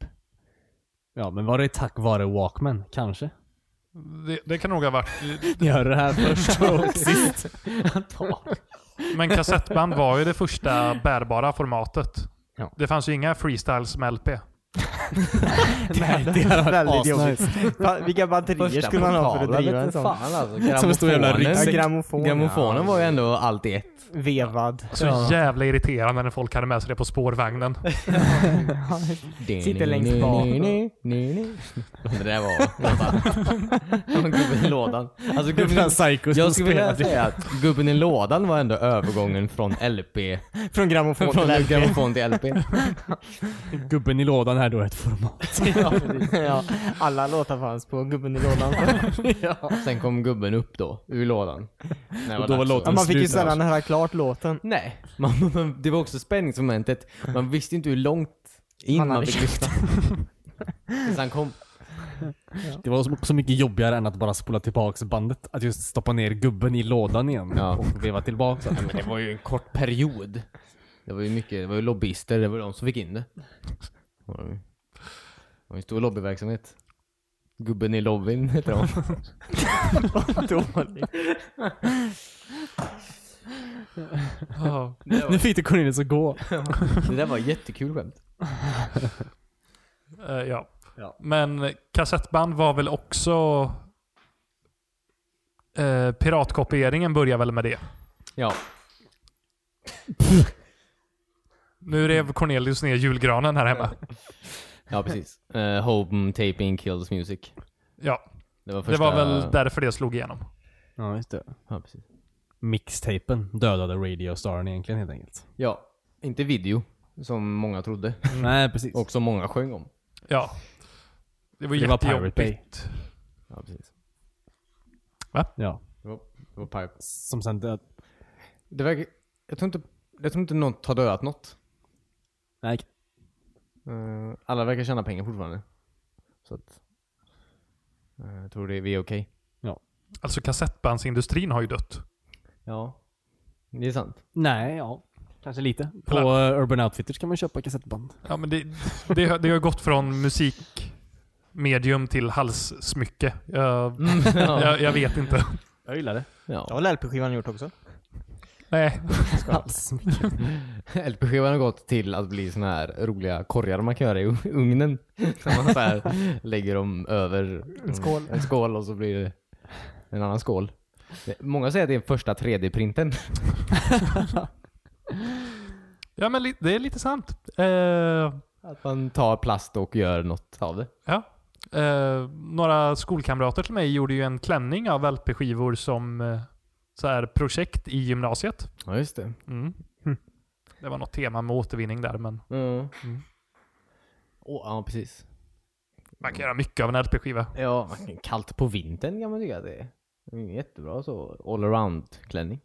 S3: Ja, men var det tack vare Walkman? Kanske.
S2: det, det kan nog ha varit...
S3: Gör det här först och sist.
S2: Men kassettband var ju det första bärbara formatet.
S4: Ja.
S2: Det fanns ju inga freestyles med LP.
S4: Nej, det hade varit väldigt jobbigt. Va, vilka batterier skulle man ha för att driva en sån?
S1: Fan alltså.
S3: Som en stor jävla
S4: Ja,
S1: grammofonen-
S3: ryggsäck.
S4: Grammofon.
S1: Grammofonen var ju ändå allt i ett.
S4: Vevad.
S2: Så
S3: Ja.
S2: jävla irriterande när folk hade med sig det på spårvagnen.
S4: Sitter längst bak.
S1: Det där var lådan. gubben i lådan. Alltså gubben
S3: Bland psychos
S1: Jag
S3: som
S1: skulle vilja
S3: spelar det.
S1: säga att gubben i lådan var ändå övergången från LP
S4: Från grammofon
S1: från
S4: till LP.
S1: grammofon till LP.
S3: Gubben i lådan här då är ett format.
S4: ja, alla låtar fanns på gubben i lådan.
S1: Sen kom gubben upp då, ur lådan. När det
S3: Och då var
S1: dags
S3: låten-
S4: ja,
S1: att-
S4: man fick ju
S3: Slut där,
S4: sällan höra klart låten.
S1: Nej, man, man, det var också spänningsmomentet. Man visste inte hur långt in
S4: Man
S1: man,
S4: hade
S1: fick lyssna. Tills han kom.
S3: Det var så- så mycket jobbigare än att bara spola tillbaks bandet. Att just stoppa ner gubben i lådan igen.
S1: Ja.
S3: Och veva tillbaks.
S1: Men det var ju en kort period. Det var ju mycket, det var ju lobbyister, det var de som fick in det. Det var ju- det var ju en stor lobbyverksamhet. Gubben i lobbyn heter de.
S2: Ja.
S3: Nu fick du Cornelius att gå.
S1: Det där var ett jättekul skämt.
S2: Eh, ja.
S3: Ja.
S2: Men kassettband var väl också... Eh, piratkopieringen började väl med det.
S1: Ja.
S2: Nu rev Cornelius ner julgranen här hemma.
S1: Ja, precis. Eh, home taping kills music.
S2: Ja,
S1: Det var, första...
S2: det var väl därför det slog igenom.
S3: Ja, just det.
S1: Ja, precis.
S3: Mixtapen dödade radiostaren egentligen helt enkelt.
S1: ja, inte video, som många trodde.
S3: Nej, precis.
S1: Och som många sjöng om.
S2: Ja. Det var
S3: Det var Pirate
S2: jättejobbigt.
S1: Ja, precis.
S3: ja.
S1: Det var, det var pipe.
S3: Som sen död...
S1: Det verkar... Jag tror inte, jag tror inte något har dödat något.
S3: Nej.
S1: Eh, alla verkar tjäna pengar fortfarande. Så att... eh, jag tror det, vi är okej.
S2: Alltså kassettbandsindustrin har ju dött.
S1: Ja. Det är sant.
S3: Nej, ja. Kanske lite. På eh, Urban Outfitters kan man köpa kassettband.
S2: Ja, men det, det, har- det har gått från musikmedium till halssmycke. Jag,
S1: Mm. ja.
S2: jag, jag vet inte.
S3: Jag gillar det.
S4: Det
S1: ja.
S4: har väl LP-skivan gjort också?
S2: Nej.
S3: Alls.
S1: LP-skivan har gått till att bli såna här roliga korgar man kan göra i ugnen. Så man så här lägger dem över en skål. en skål och så blir det en annan skål. Det- Många säger att det är första 3D-printen.
S2: Ja, men li, det är lite sant. Eh,
S1: Att man tar plast och gör något av det.
S2: Ja. Eh, några skolkamrater till mig gjorde ju en klänning av LP-skivor som eh, så här projekt i gymnasiet.
S1: Ja, just det.
S2: Mm. Det var något tema med återvinning där, men
S1: Mm.
S2: Mm.
S1: Åh, ja, precis.
S2: man kan göra mycket av en LP-skiva.
S1: Ja, man kan- kallt på vintern kan man tycka att det är. Det är en jättebra så allround-klänning.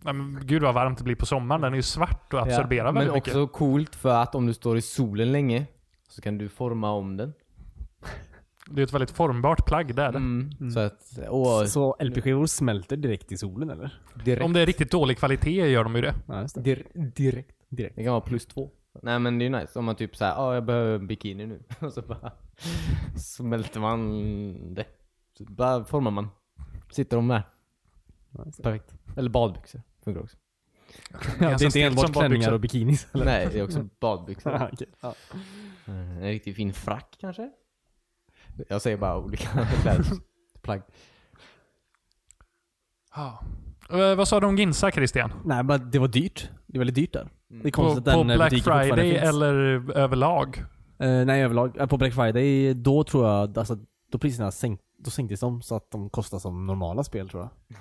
S2: Nej, men gud vad varmt det blir på sommaren. Den är ju svart och absorberar
S1: Ja,
S2: väldigt
S1: Men
S2: mycket.
S1: också coolt för att om du står i solen länge så kan du forma om den.
S2: Det är ett väldigt formbart plagg där.
S1: Mm. Så att, åh,
S3: Så LP-skivor smälter direkt i solen eller?
S1: direkt,
S2: Om det är riktigt dålig kvalitet gör de ju det.
S3: Ja, just det.
S1: dir-
S3: Direkt. Direkt.
S1: det kan vara plus två. Nej men det är ju nice om man typ såhär, ja jag behöver en bikini nu. Och så bara smälter man det. Så bara formar man. Sitter de där. Perfekt. Eller badbyxor. Funkar också.
S3: Ja, det är inte
S2: stilt som
S3: enbart klänningar
S2: badbyxor.
S3: och bikinis. Eller?
S1: Nej, det är också badbyxor. Mm,
S3: Ja, okej.
S1: En riktigt fin frack kanske? Jag säger bara olika klädesplagg.
S2: Ja. Eh, vad sa du om Ginsa Christian?
S3: Nej, men det var dyrt. Det är väldigt dyrt där. Det är
S2: På,
S3: konstigt att
S2: på
S3: den eh,
S2: Black
S3: butiken fortfarande
S2: Friday
S3: finns.
S2: eller överlag?
S3: Eh, nej, överlag. Eh, på Black Friday, då tror jag, alltså, då priserna sänk, då sänktes de så att de kostar som normala spel tror jag.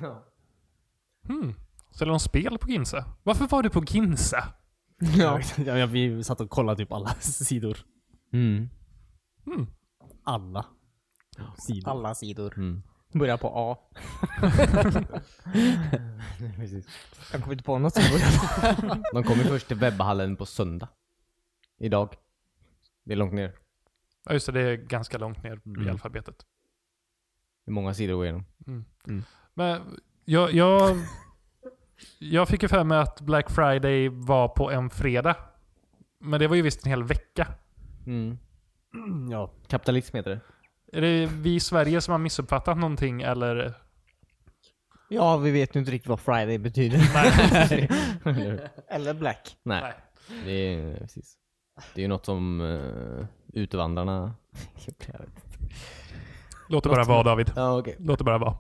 S2: Hmm. Säljer de spel på Ginsa? Varför var du på Ginsa?
S4: Ja.
S3: ja, ja, vi satt och kollade typ alla sidor.
S1: Mm.
S3: Alla sidor.
S4: Alla sidor.
S1: Mm.
S4: Börjar på A. Jag kommer inte på något som börjar på
S1: De kommer först till webbhallen på söndag. Idag. Det är långt ner.
S2: Ja just det, det är ganska långt ner
S3: Mm.
S2: i alfabetet.
S1: Det är många sidor att gå igenom.
S2: Men jag, jag, jag fick ju för mig att Black Friday var på en fredag. Men det var ju visst en hel vecka.
S1: Mm.
S3: Ja.
S1: Kapitalism heter det.
S2: Är det vi i Sverige som har missuppfattat någonting eller?
S4: Ja, vi vet ju inte riktigt vad Friday betyder. Eller Black.
S1: Nej.
S2: Nej.
S1: Det är, precis. Det är ju något som uh, utvandrarna... Jag vet.
S2: Låt det bara vara David.
S1: ja, okej.
S2: Låt det bara vara.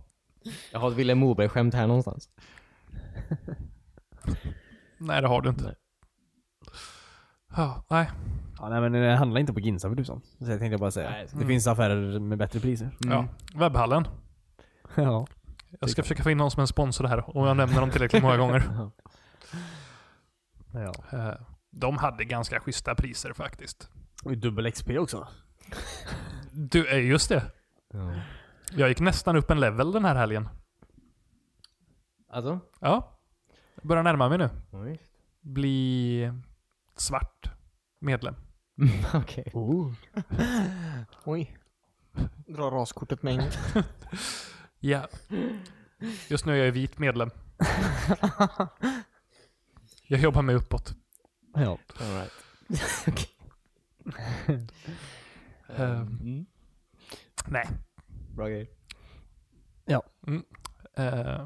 S1: Jag har ett Vilhelm Moberg-skämt här någonstans.
S2: Nej det har du inte.
S1: Nej.
S2: Ja, nej.
S3: ja, nej men det handlar inte på Ginza för tusan. Så jag tänkte bara säga.
S1: Nej,
S3: det finns affärer med bättre priser.
S2: Ja. Webbhallen.
S3: ja.
S2: Jag ska försöka få in någon som en sponsor här om jag nämner dem tillräckligt många gånger.
S3: ja.
S2: Eh, De hade ganska schyssta priser faktiskt.
S3: Och dubbel XP också.
S2: Du, eh, just det.
S1: Ja.
S2: Jag gick nästan upp en level den här helgen.
S1: Alltså?
S2: Ja. Jag börjar närma mig nu.
S1: Ja, visst.
S2: Bli svart medlem.
S1: okej.
S3: Oh.
S4: Oj. Dra raskortet med en gång.
S2: Ja. Just nu är jag vit medlem. Jag jobbar mig uppåt.
S3: Ja.
S1: All right.
S2: Eh,
S1: Mm.
S2: nej.
S1: Bra grej.
S2: Eh,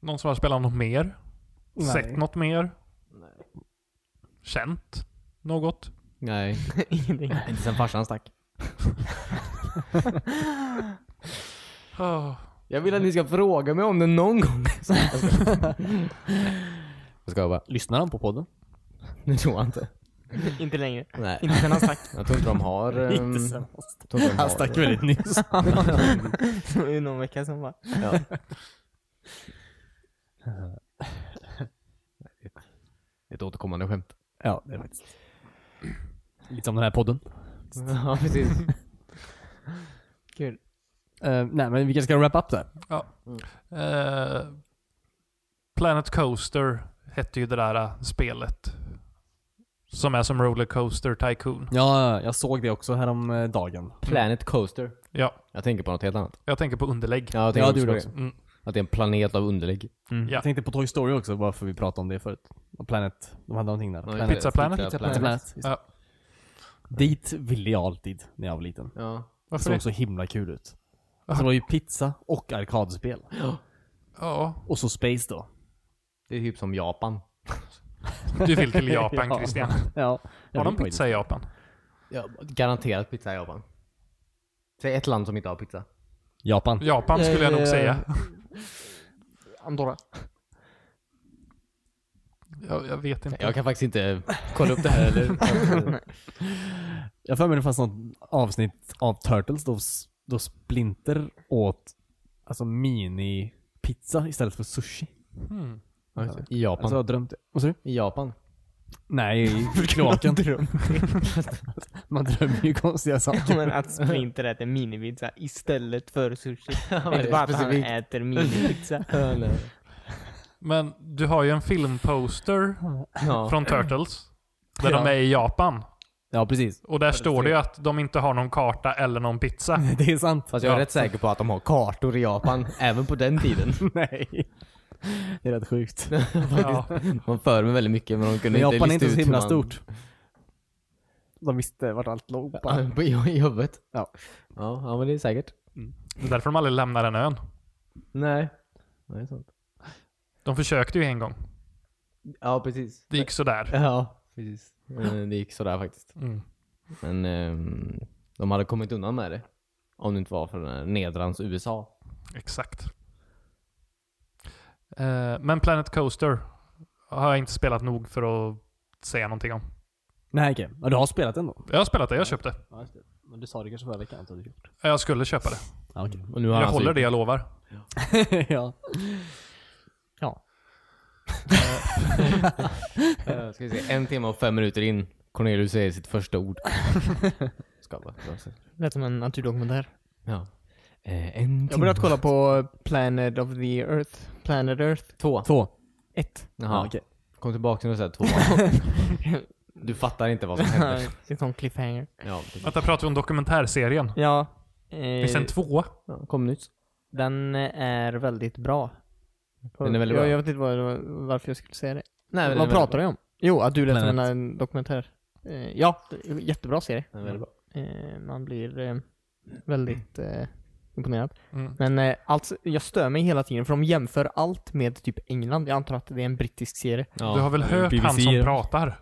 S2: någon som har spelat något mer?
S3: Nej.
S2: Sett något mer? Känt något?
S1: Nej.
S4: Ingenting.
S1: Inte sen farsan stack.
S2: Ah.
S1: Jag vill att ni ska fråga mig om det någon gång. Jag skojar. Jag ska bara.
S3: Lyssnar han på podden?
S1: Det tror jag inte.
S4: Inte längre.
S1: Nej.
S4: Inte sen han stack.
S1: Jag tror inte de har... ehm,
S3: han
S1: tror inte de har-
S3: stack väldigt nyss.
S4: Det var ju någon vecka sedan bara.
S1: Ja. Ett återkommande skämt.
S3: ja, det är faktiskt. Lite som den här podden.
S1: Ja, precis.
S4: Kul.
S3: Eh, nej men vi kanske ska wrap up där.
S2: Eh, Planet Coaster hette ju det där eh, spelet. Som är som Rollercoaster Tycoon.
S3: Ja, jag såg det också härom eh, dagen.
S1: Planet Coaster.
S2: Ja,
S1: Jag tänker på något helt annat.
S2: jag tänker på underlägg.
S1: Ja, jag
S3: Ja,
S1: tänker
S3: du
S1: också på
S3: också.
S1: det.
S2: Mm.
S1: Att det är en planet av underlägg.
S2: Ja.
S3: Jag tänkte på Toy Story också, varför vi pratade om det förut. Och Planet, de hade någonting där. Planet.
S2: Pizza Planet.
S1: Pizza
S3: Planet.
S1: Planet.
S3: Just det.
S2: Ja.
S3: Dit ville jag alltid när jag var liten.
S1: Ja.
S3: Det
S2: Varför
S3: såg
S2: det?
S3: så himla kul ut. Så det var ju pizza och arkadspel.
S2: Ja,
S3: Och så space då.
S1: Det är typ som Japan.
S2: du vill till Japan
S3: Ja.
S2: Christian.
S3: Ja.
S2: Har de pizza i Japan?
S1: Ja, garanterat pizza i Japan. Säg ett land som inte har pizza.
S3: Japan.
S2: Japan skulle jag nog
S4: Eh,
S2: säga.
S4: Andorra.
S2: Jag, jag vet inte.
S1: Jag kan faktiskt inte kolla upp det här eller.
S3: Jag har för mig det fanns något avsnitt av Turtles då, s- då Splinter åt alltså mini-pizza istället för sushi.
S2: Hmm.
S1: I
S3: Alltså jag
S1: Japan.
S3: har drömt det. Vad sa du?
S1: I Japan.
S3: Nej, i kloaken. Man drömmer ju konstiga saker.
S4: Men att Splinter äter minipizza istället för sushi. Det är
S1: det
S4: inte
S1: är
S4: bara att han
S1: specifikt.
S4: äter minipizza.
S2: Men du har ju en filmposter
S1: Ja.
S2: från Turtles. Där
S3: Ja.
S2: de är i Japan.
S3: Ja, precis.
S2: Och där står det ju att de inte har någon karta eller någon pizza.
S3: Det är sant.
S1: Fast jag är
S2: Ja.
S1: rätt säker på att de har kartor i Japan, även på den tiden.
S3: Nej. Det är rätt sjukt.
S2: Ja.
S1: Man för mig väldigt mycket men de kunde
S3: Men
S1: inte
S3: Japan
S1: lista
S3: är inte så
S1: ut
S3: himla
S1: hur man-
S3: stort. De visste vart allt låg bara.
S1: Ja, på- I i huvudet.
S3: Ja.
S1: ja. Ja, men det är säkert.
S2: Det är därför de aldrig lämnar den ön.
S1: Nej. Nej, det är sant.
S2: De försökte ju en gång.
S1: Ja, precis.
S2: Det gick sådär.
S1: Ja, precis. Eh, Det gick sådär faktiskt.
S2: Mm.
S1: Men ehm, de hade kommit undan med det. Om det inte var för den här nedrans USA.
S2: Exakt. Eh, men Planet Coaster har jag inte spelat nog för att säga någonting om.
S3: Nej okej. Ja, du har spelat den då?
S2: Jag har spelat det, jag köpte.
S3: Ja, just det. Men du sa det kanske förra veckan att du hade gjort.
S2: Jag skulle köpa det.
S3: Ja, okej.
S1: Och nu har alltså
S2: Jag
S1: han
S2: håller det, jag lovar.
S3: ja.
S4: Ja.
S1: Eh, Ska vi se, en timme och fem minuter in. Cornelius säger sitt första ord. Ska bara, ska bara se.
S4: Lät som en naturdokumentär.
S1: ja. Eh, en
S4: Jag har
S1: timme.
S4: börjat kolla på Planet of the Earth. Planet Earth
S1: Två.
S3: Två.
S4: ett.
S1: Jaha.
S3: Ja, okej.
S1: Kom tillbaka när du säger två. du fattar inte vad som händer.
S4: Det är en sån cliffhanger.
S1: Ja, precis.
S2: Vänta, pratar vi om dokumentärserien?
S4: Ja.
S2: Finns det
S4: Eh,
S2: en tvåa?
S1: Ja, kom nytt.
S4: den är väldigt bra.
S1: Den är väldigt
S4: jag,
S1: bra.
S4: jag vet inte vad, varför jag skulle säga det.
S1: Nej, men den
S4: vad
S1: är väldigt
S4: pratar
S1: bra.
S4: du om? Jo, att du lät som
S3: Planet.
S4: en dokumentär. Eh, ja, det är en jättebra serie.
S1: Den är väldigt bra.
S4: Eh, man blir eh, väldigt eh, imponerad.
S2: Mm.
S4: Men eh, alltså, jag stör mig hela tiden för de jämför allt med typ England. Jag antar att det är en brittisk serie.
S1: Ja,
S2: du har väl
S3: det är
S2: hört
S3: BBC.
S2: han som pratar?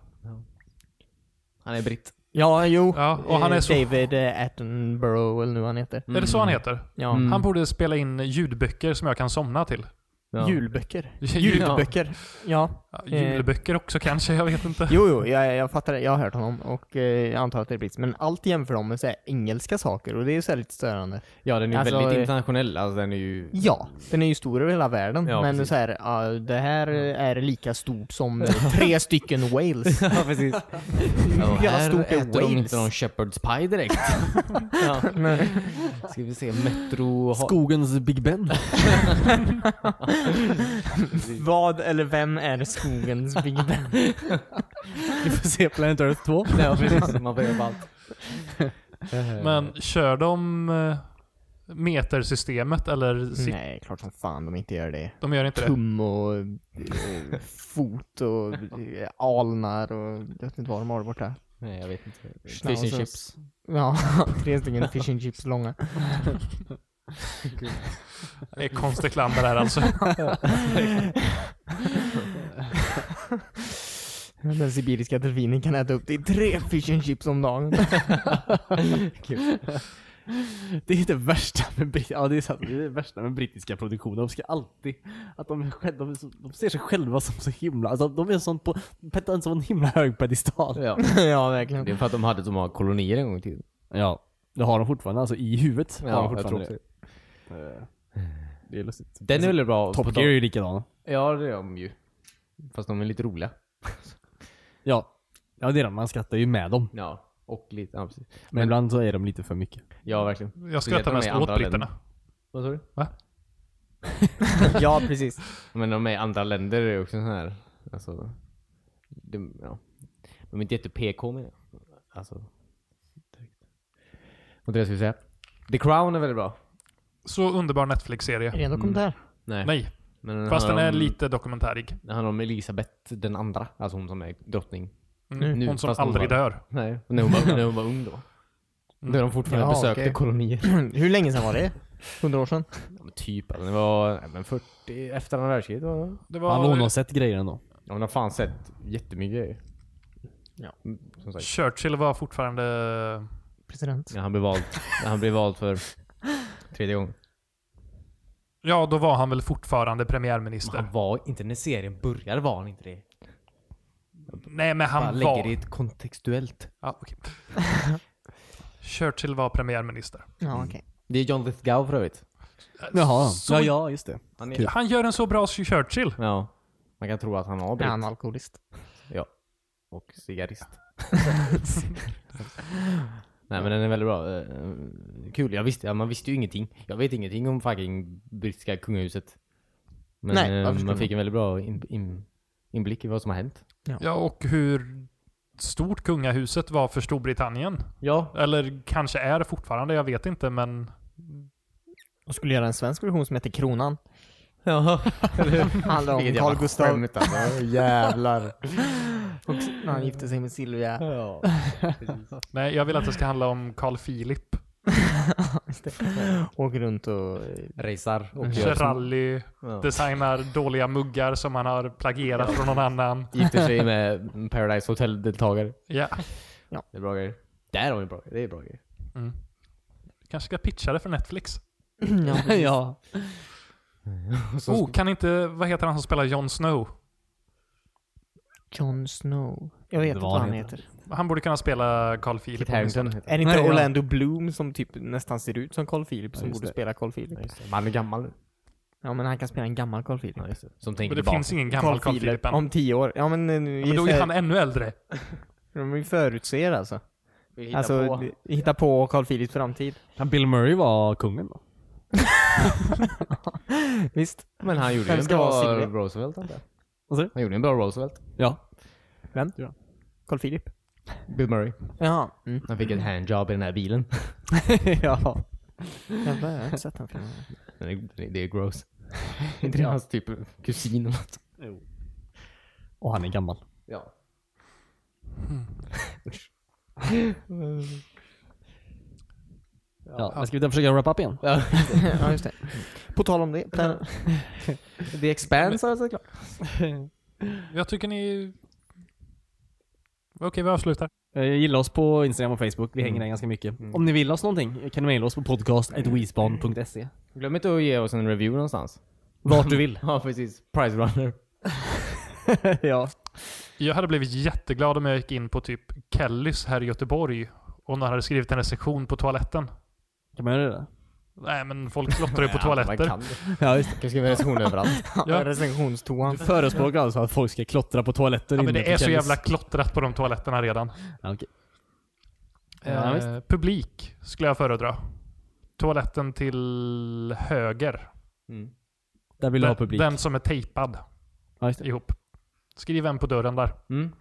S1: Han är britt.
S4: Ja, jo.
S2: Ja, och han
S4: Eh,
S2: är så...
S4: David eh, Attenborough eller nu han heter.
S2: Är det så han heter?
S4: Ja.
S1: Mm.
S2: Han borde spela in ljudböcker som jag kan somna till.
S1: Ja.
S4: Julböcker.
S2: Ljud-
S4: Julböcker. Ja.
S2: Ja, Julböcker också kanske, jag vet inte.
S4: Jo, jo, jag, jag fattar det. Jag har hört honom och eh, jag antar att det är brits. Men allt jämför de med så här, engelska saker och det är ju så här lite störande.
S1: Ja, den är
S4: Alltså,
S1: väldigt
S4: eh,
S1: internationell. Alltså den är ju...
S4: Ja, den är ju stor över hela världen.
S1: Ja,
S4: men
S1: precis.
S4: så här, ja, det här är lika stort som tre stycken Wales.
S1: ja precis. Ja,
S4: Jävla
S1: här
S4: stort är
S1: äter de
S4: Wales.
S1: inte någon Shepherd's Pie direkt. ja. Ska vi se, Metro... har-
S3: Skogens Big Ben.
S4: Vad eller vem är skogens Big Ben?
S3: Vi får se Planet Earth 2.
S1: Ja, precis. Man får göra allt. Eh,
S2: Men kör de eh, metersystemet eller... sit-
S4: Nej, klart som fan de inte gör det.
S2: De gör inte det?
S4: Mm. Tum och eh, fot och eh, alnar och jag vet inte vad de har där borta.
S1: Nej, jag vet inte. Fish
S4: Schnauzers.
S1: and chips.
S4: Ja, tre stycken fish and chips långa.
S2: Det är konstigt land det där alltså.
S4: Den sibiriska delfinen kan äta upp till tre fish and chips om dagen.
S3: Det är det värsta med, brit- ja, det är sant. Det är det värsta med brittiska produktioner. De ska alltid... Att de, är själv, de, är så, de ser sig själva som så himla... Alltså, de är sånt på... På en sån himla hög pedestal.
S1: Ja.
S4: ja, verkligen.
S1: Det är för att de hade så många kolonier en gång i tiden.
S3: Ja. Det har de fortfarande. Alltså i huvudet har de
S1: jag
S3: fortfarande
S1: tror
S3: det. Eh, Det är lustigt.
S1: Den är väldigt bra. på
S3: Top
S1: tal-
S3: Gear är ju likadana.
S1: Ja, det är de ju. Fast de är lite roliga.
S3: Ja. Ja det är de. Man skrattar ju med dem.
S1: Ja. Och lite, ja precis.
S3: Men, ibland så är de lite för mycket.
S1: Ja, verkligen.
S2: Jag
S1: Speciellt
S2: skrattar
S1: om de är
S2: mest
S1: i
S2: åt
S1: andra länder.
S2: britterna.
S1: Vad sa du?
S4: Ja, precis.
S1: Men de är i andra länder är ju också sån här, alltså, de, ja. de är inte jätte-PK med det. Alltså, direkt. Vad det jag skulle säga. The Crown är väldigt bra.
S2: Så underbar Netflix-serie.
S4: Är det en dokumentär?
S2: Nej,
S1: Men den
S2: fast den
S1: handlar
S2: är
S1: om,
S2: lite dokumentärig.
S1: Den handlar om Elisabeth den andra, alltså hon som är drottning.
S2: Mm.
S1: Nu,
S2: Hon som
S1: fast hon
S2: aldrig
S1: bara-
S2: dör.
S1: Nej, när hon var, när hon var ung då.
S2: Mm.
S1: Då de fortfarande
S4: Ja,
S1: besökte
S4: okej.
S1: kolonier.
S4: Hur länge sedan var det? Hundra år sedan?
S1: Ja, men typ, alltså, det var, nej, men 40, efter andra världskriget var det.
S2: Det
S3: Fan hon har
S2: var,
S3: sett grejer ändå.
S1: Ja, hon har fan sett jättemycket grejer.
S4: Ja.
S1: Mm, Som sagt.
S2: Churchill var fortfarande...
S4: President?
S1: Ja, han blev vald. Ja, han blev vald för tredje gången.
S2: Ja, då var han väl fortfarande premiärminister.
S1: Han var inte, när serien började var han inte det.
S2: Nej, men
S1: Han
S2: han
S1: lägger
S2: var...
S1: det kontextuellt.
S2: Ja, okej. Churchill var premiärminister.
S4: Ja, Mm. okej.
S1: Det är John Lithgow för övrigt.
S3: Jaha.
S2: Så-
S3: Ja, ja just det.
S1: Han är,
S3: Kul.
S2: Han gör en så bra Churchill.
S1: ja. Man kan tro att han har
S4: Är han
S1: britt.
S4: alkoholist?
S1: Ja. Och cigarrist. Nej men den är väldigt bra. Eh, Kul. Jag visste, ja, man visste ju ingenting. Jag vet ingenting om fucking brittiska kungahuset. Men
S4: Nej,
S1: eh,
S4: varför skulle
S1: man fick en väldigt bra in, in, inblick i vad som har hänt.
S2: Ja, och hur stort kungahuset var för Storbritannien.
S4: Ja.
S2: Eller kanske är fortfarande, jag vet inte men
S4: Och skulle göra en svensk version som heter Kronan.
S1: Ja.
S4: Handlar om
S1: Vilket
S4: Carl
S1: jävla
S4: Gustav
S1: skämt alltså. Jävlar.
S4: och när han gifte sig med Silvia.
S1: Ja.
S2: nej, jag vill att det ska handla om Carl Philip.
S4: Åker runt och...
S1: Racear och
S2: Kör
S1: gör som-
S2: rally,
S1: Ja.
S2: designar dåliga muggar som han har plagierat från någon annan.
S1: Gifter sig med Paradise Hotel-deltagare.
S2: Ja.
S1: Det är bra grejer. Där har vi bra Det är bra grejer.
S2: Mm. Kanske ska pitcha det för Netflix.
S4: ja.
S1: ja. Och så-
S2: Oh, kan inte, vad heter han som spelar Jon Snow?
S4: Jon Snow. Jag vet
S3: Det
S4: inte
S3: var
S4: vad han
S3: han
S4: heter.
S2: Han borde kunna spela Carl Philip.
S1: Kit Harington heter
S4: Är
S1: han.
S4: det inte
S1: Nej, ja.
S4: Orlando Bloom som typ nästan ser ut som Carl Philip som
S1: just
S4: borde
S1: det.
S4: spela Carl Philip?
S1: Ja, just det. Man är gammal nu.
S4: Ja men han kan spela en gammal Carl Philip.
S1: Ja, just det. Som
S2: Men
S1: tänker
S2: det
S1: tillbaka.
S2: finns ingen gammal Carl Philip än.
S4: Om tio år. Ja men, eh, nu-
S2: Ja, men då
S4: vi
S2: är han ännu äldre.
S4: de vi förutser alltså.
S1: Vi hittar
S4: alltså
S1: på.
S4: d- hitta på Carl Philips framtid.
S3: Han Bill Murray var kungen va?
S4: Visst.
S1: Men han gjorde
S4: Vem
S1: ju en
S4: ska vara
S1: bra
S4: Silvia?
S1: Roosevelt antar jag.
S4: Vad sa du?
S1: Han gjorde en bra Roosevelt.
S3: Ja.
S4: Carl Philip.
S1: Bill Murray.
S4: Jaha. Mm.
S1: Han fick ett handjob i den här bilen.
S4: ja. Jävlar, jag har inte sett den filmen.
S1: Den är- den är- Det är gross. inte det hans typ kusin eller något?
S3: Och han är gammal.
S1: Ja.
S3: Ja. Ska vi då försöka wrap up igen?
S4: ja just det. På tal om det. Plan-
S1: The Expanse har jag såklart.
S2: Jag tycker ni... Okej, vi avslutar.
S3: Eh, Gilla oss på Instagram och Facebook. Vi hänger där ganska mycket. Om ni vill oss någonting kan ni mejla oss på podcast.wespan.se.
S1: Glöm inte att ge oss en review någonstans.
S3: Vart du vill.
S1: Ja, precis. Price Runner.
S4: ja.
S2: Jag hade blivit jätteglad om jag gick in på typ Kellys här i Göteborg och någon hade skrivit en recension på toaletten.
S3: Kan man göra det?
S2: Nej, men folk klottrar ju på
S1: Ja, man
S2: toaletter.
S1: kan det.
S3: Ja, just
S1: Kan skriva recensioner överallt.
S2: Ja.
S4: Recensionstoan.
S3: Du förespråkar alltså att folk ska klottra på toaletten
S2: Ja, men det
S3: inne på
S2: är så
S3: Kellys?
S2: jävla klottrat på de toaletterna redan.
S3: Ja, okej. Ja,
S2: Eh, publik skulle jag föredra. Toaletten till höger.
S1: Mm.
S3: Där vill du ha publik.
S2: Den som är tejpad
S3: Ja, just det.
S2: ihop. Skriv en på dörren där.
S1: Mm.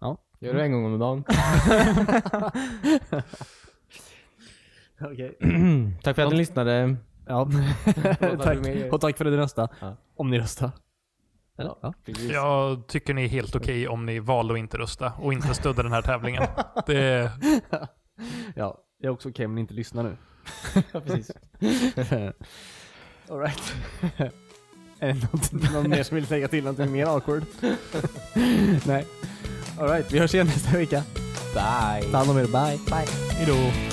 S3: Ja.
S1: Gör det en gång om dagen.
S3: Okej.
S1: Tack för att ni lyssnade.
S3: Ja. tack. Och tack för att ni röstade.
S1: Ja.
S3: Om ni röstar. Eller? Ja.
S1: Precis.
S2: Jag tycker ni är helt okej om ni valde att inte rösta och inte stödde den här tävlingen. Det,
S3: ja. Det är också okej om ni inte lyssnar nu.
S1: Ja, precis.
S3: Alright. är det något, någon mer som vill lägga till någonting mer awkward? Nej. Alright, vi hörs igen nästa vecka.
S1: Bye.
S3: Ta hand om er, bye.
S2: hejdå.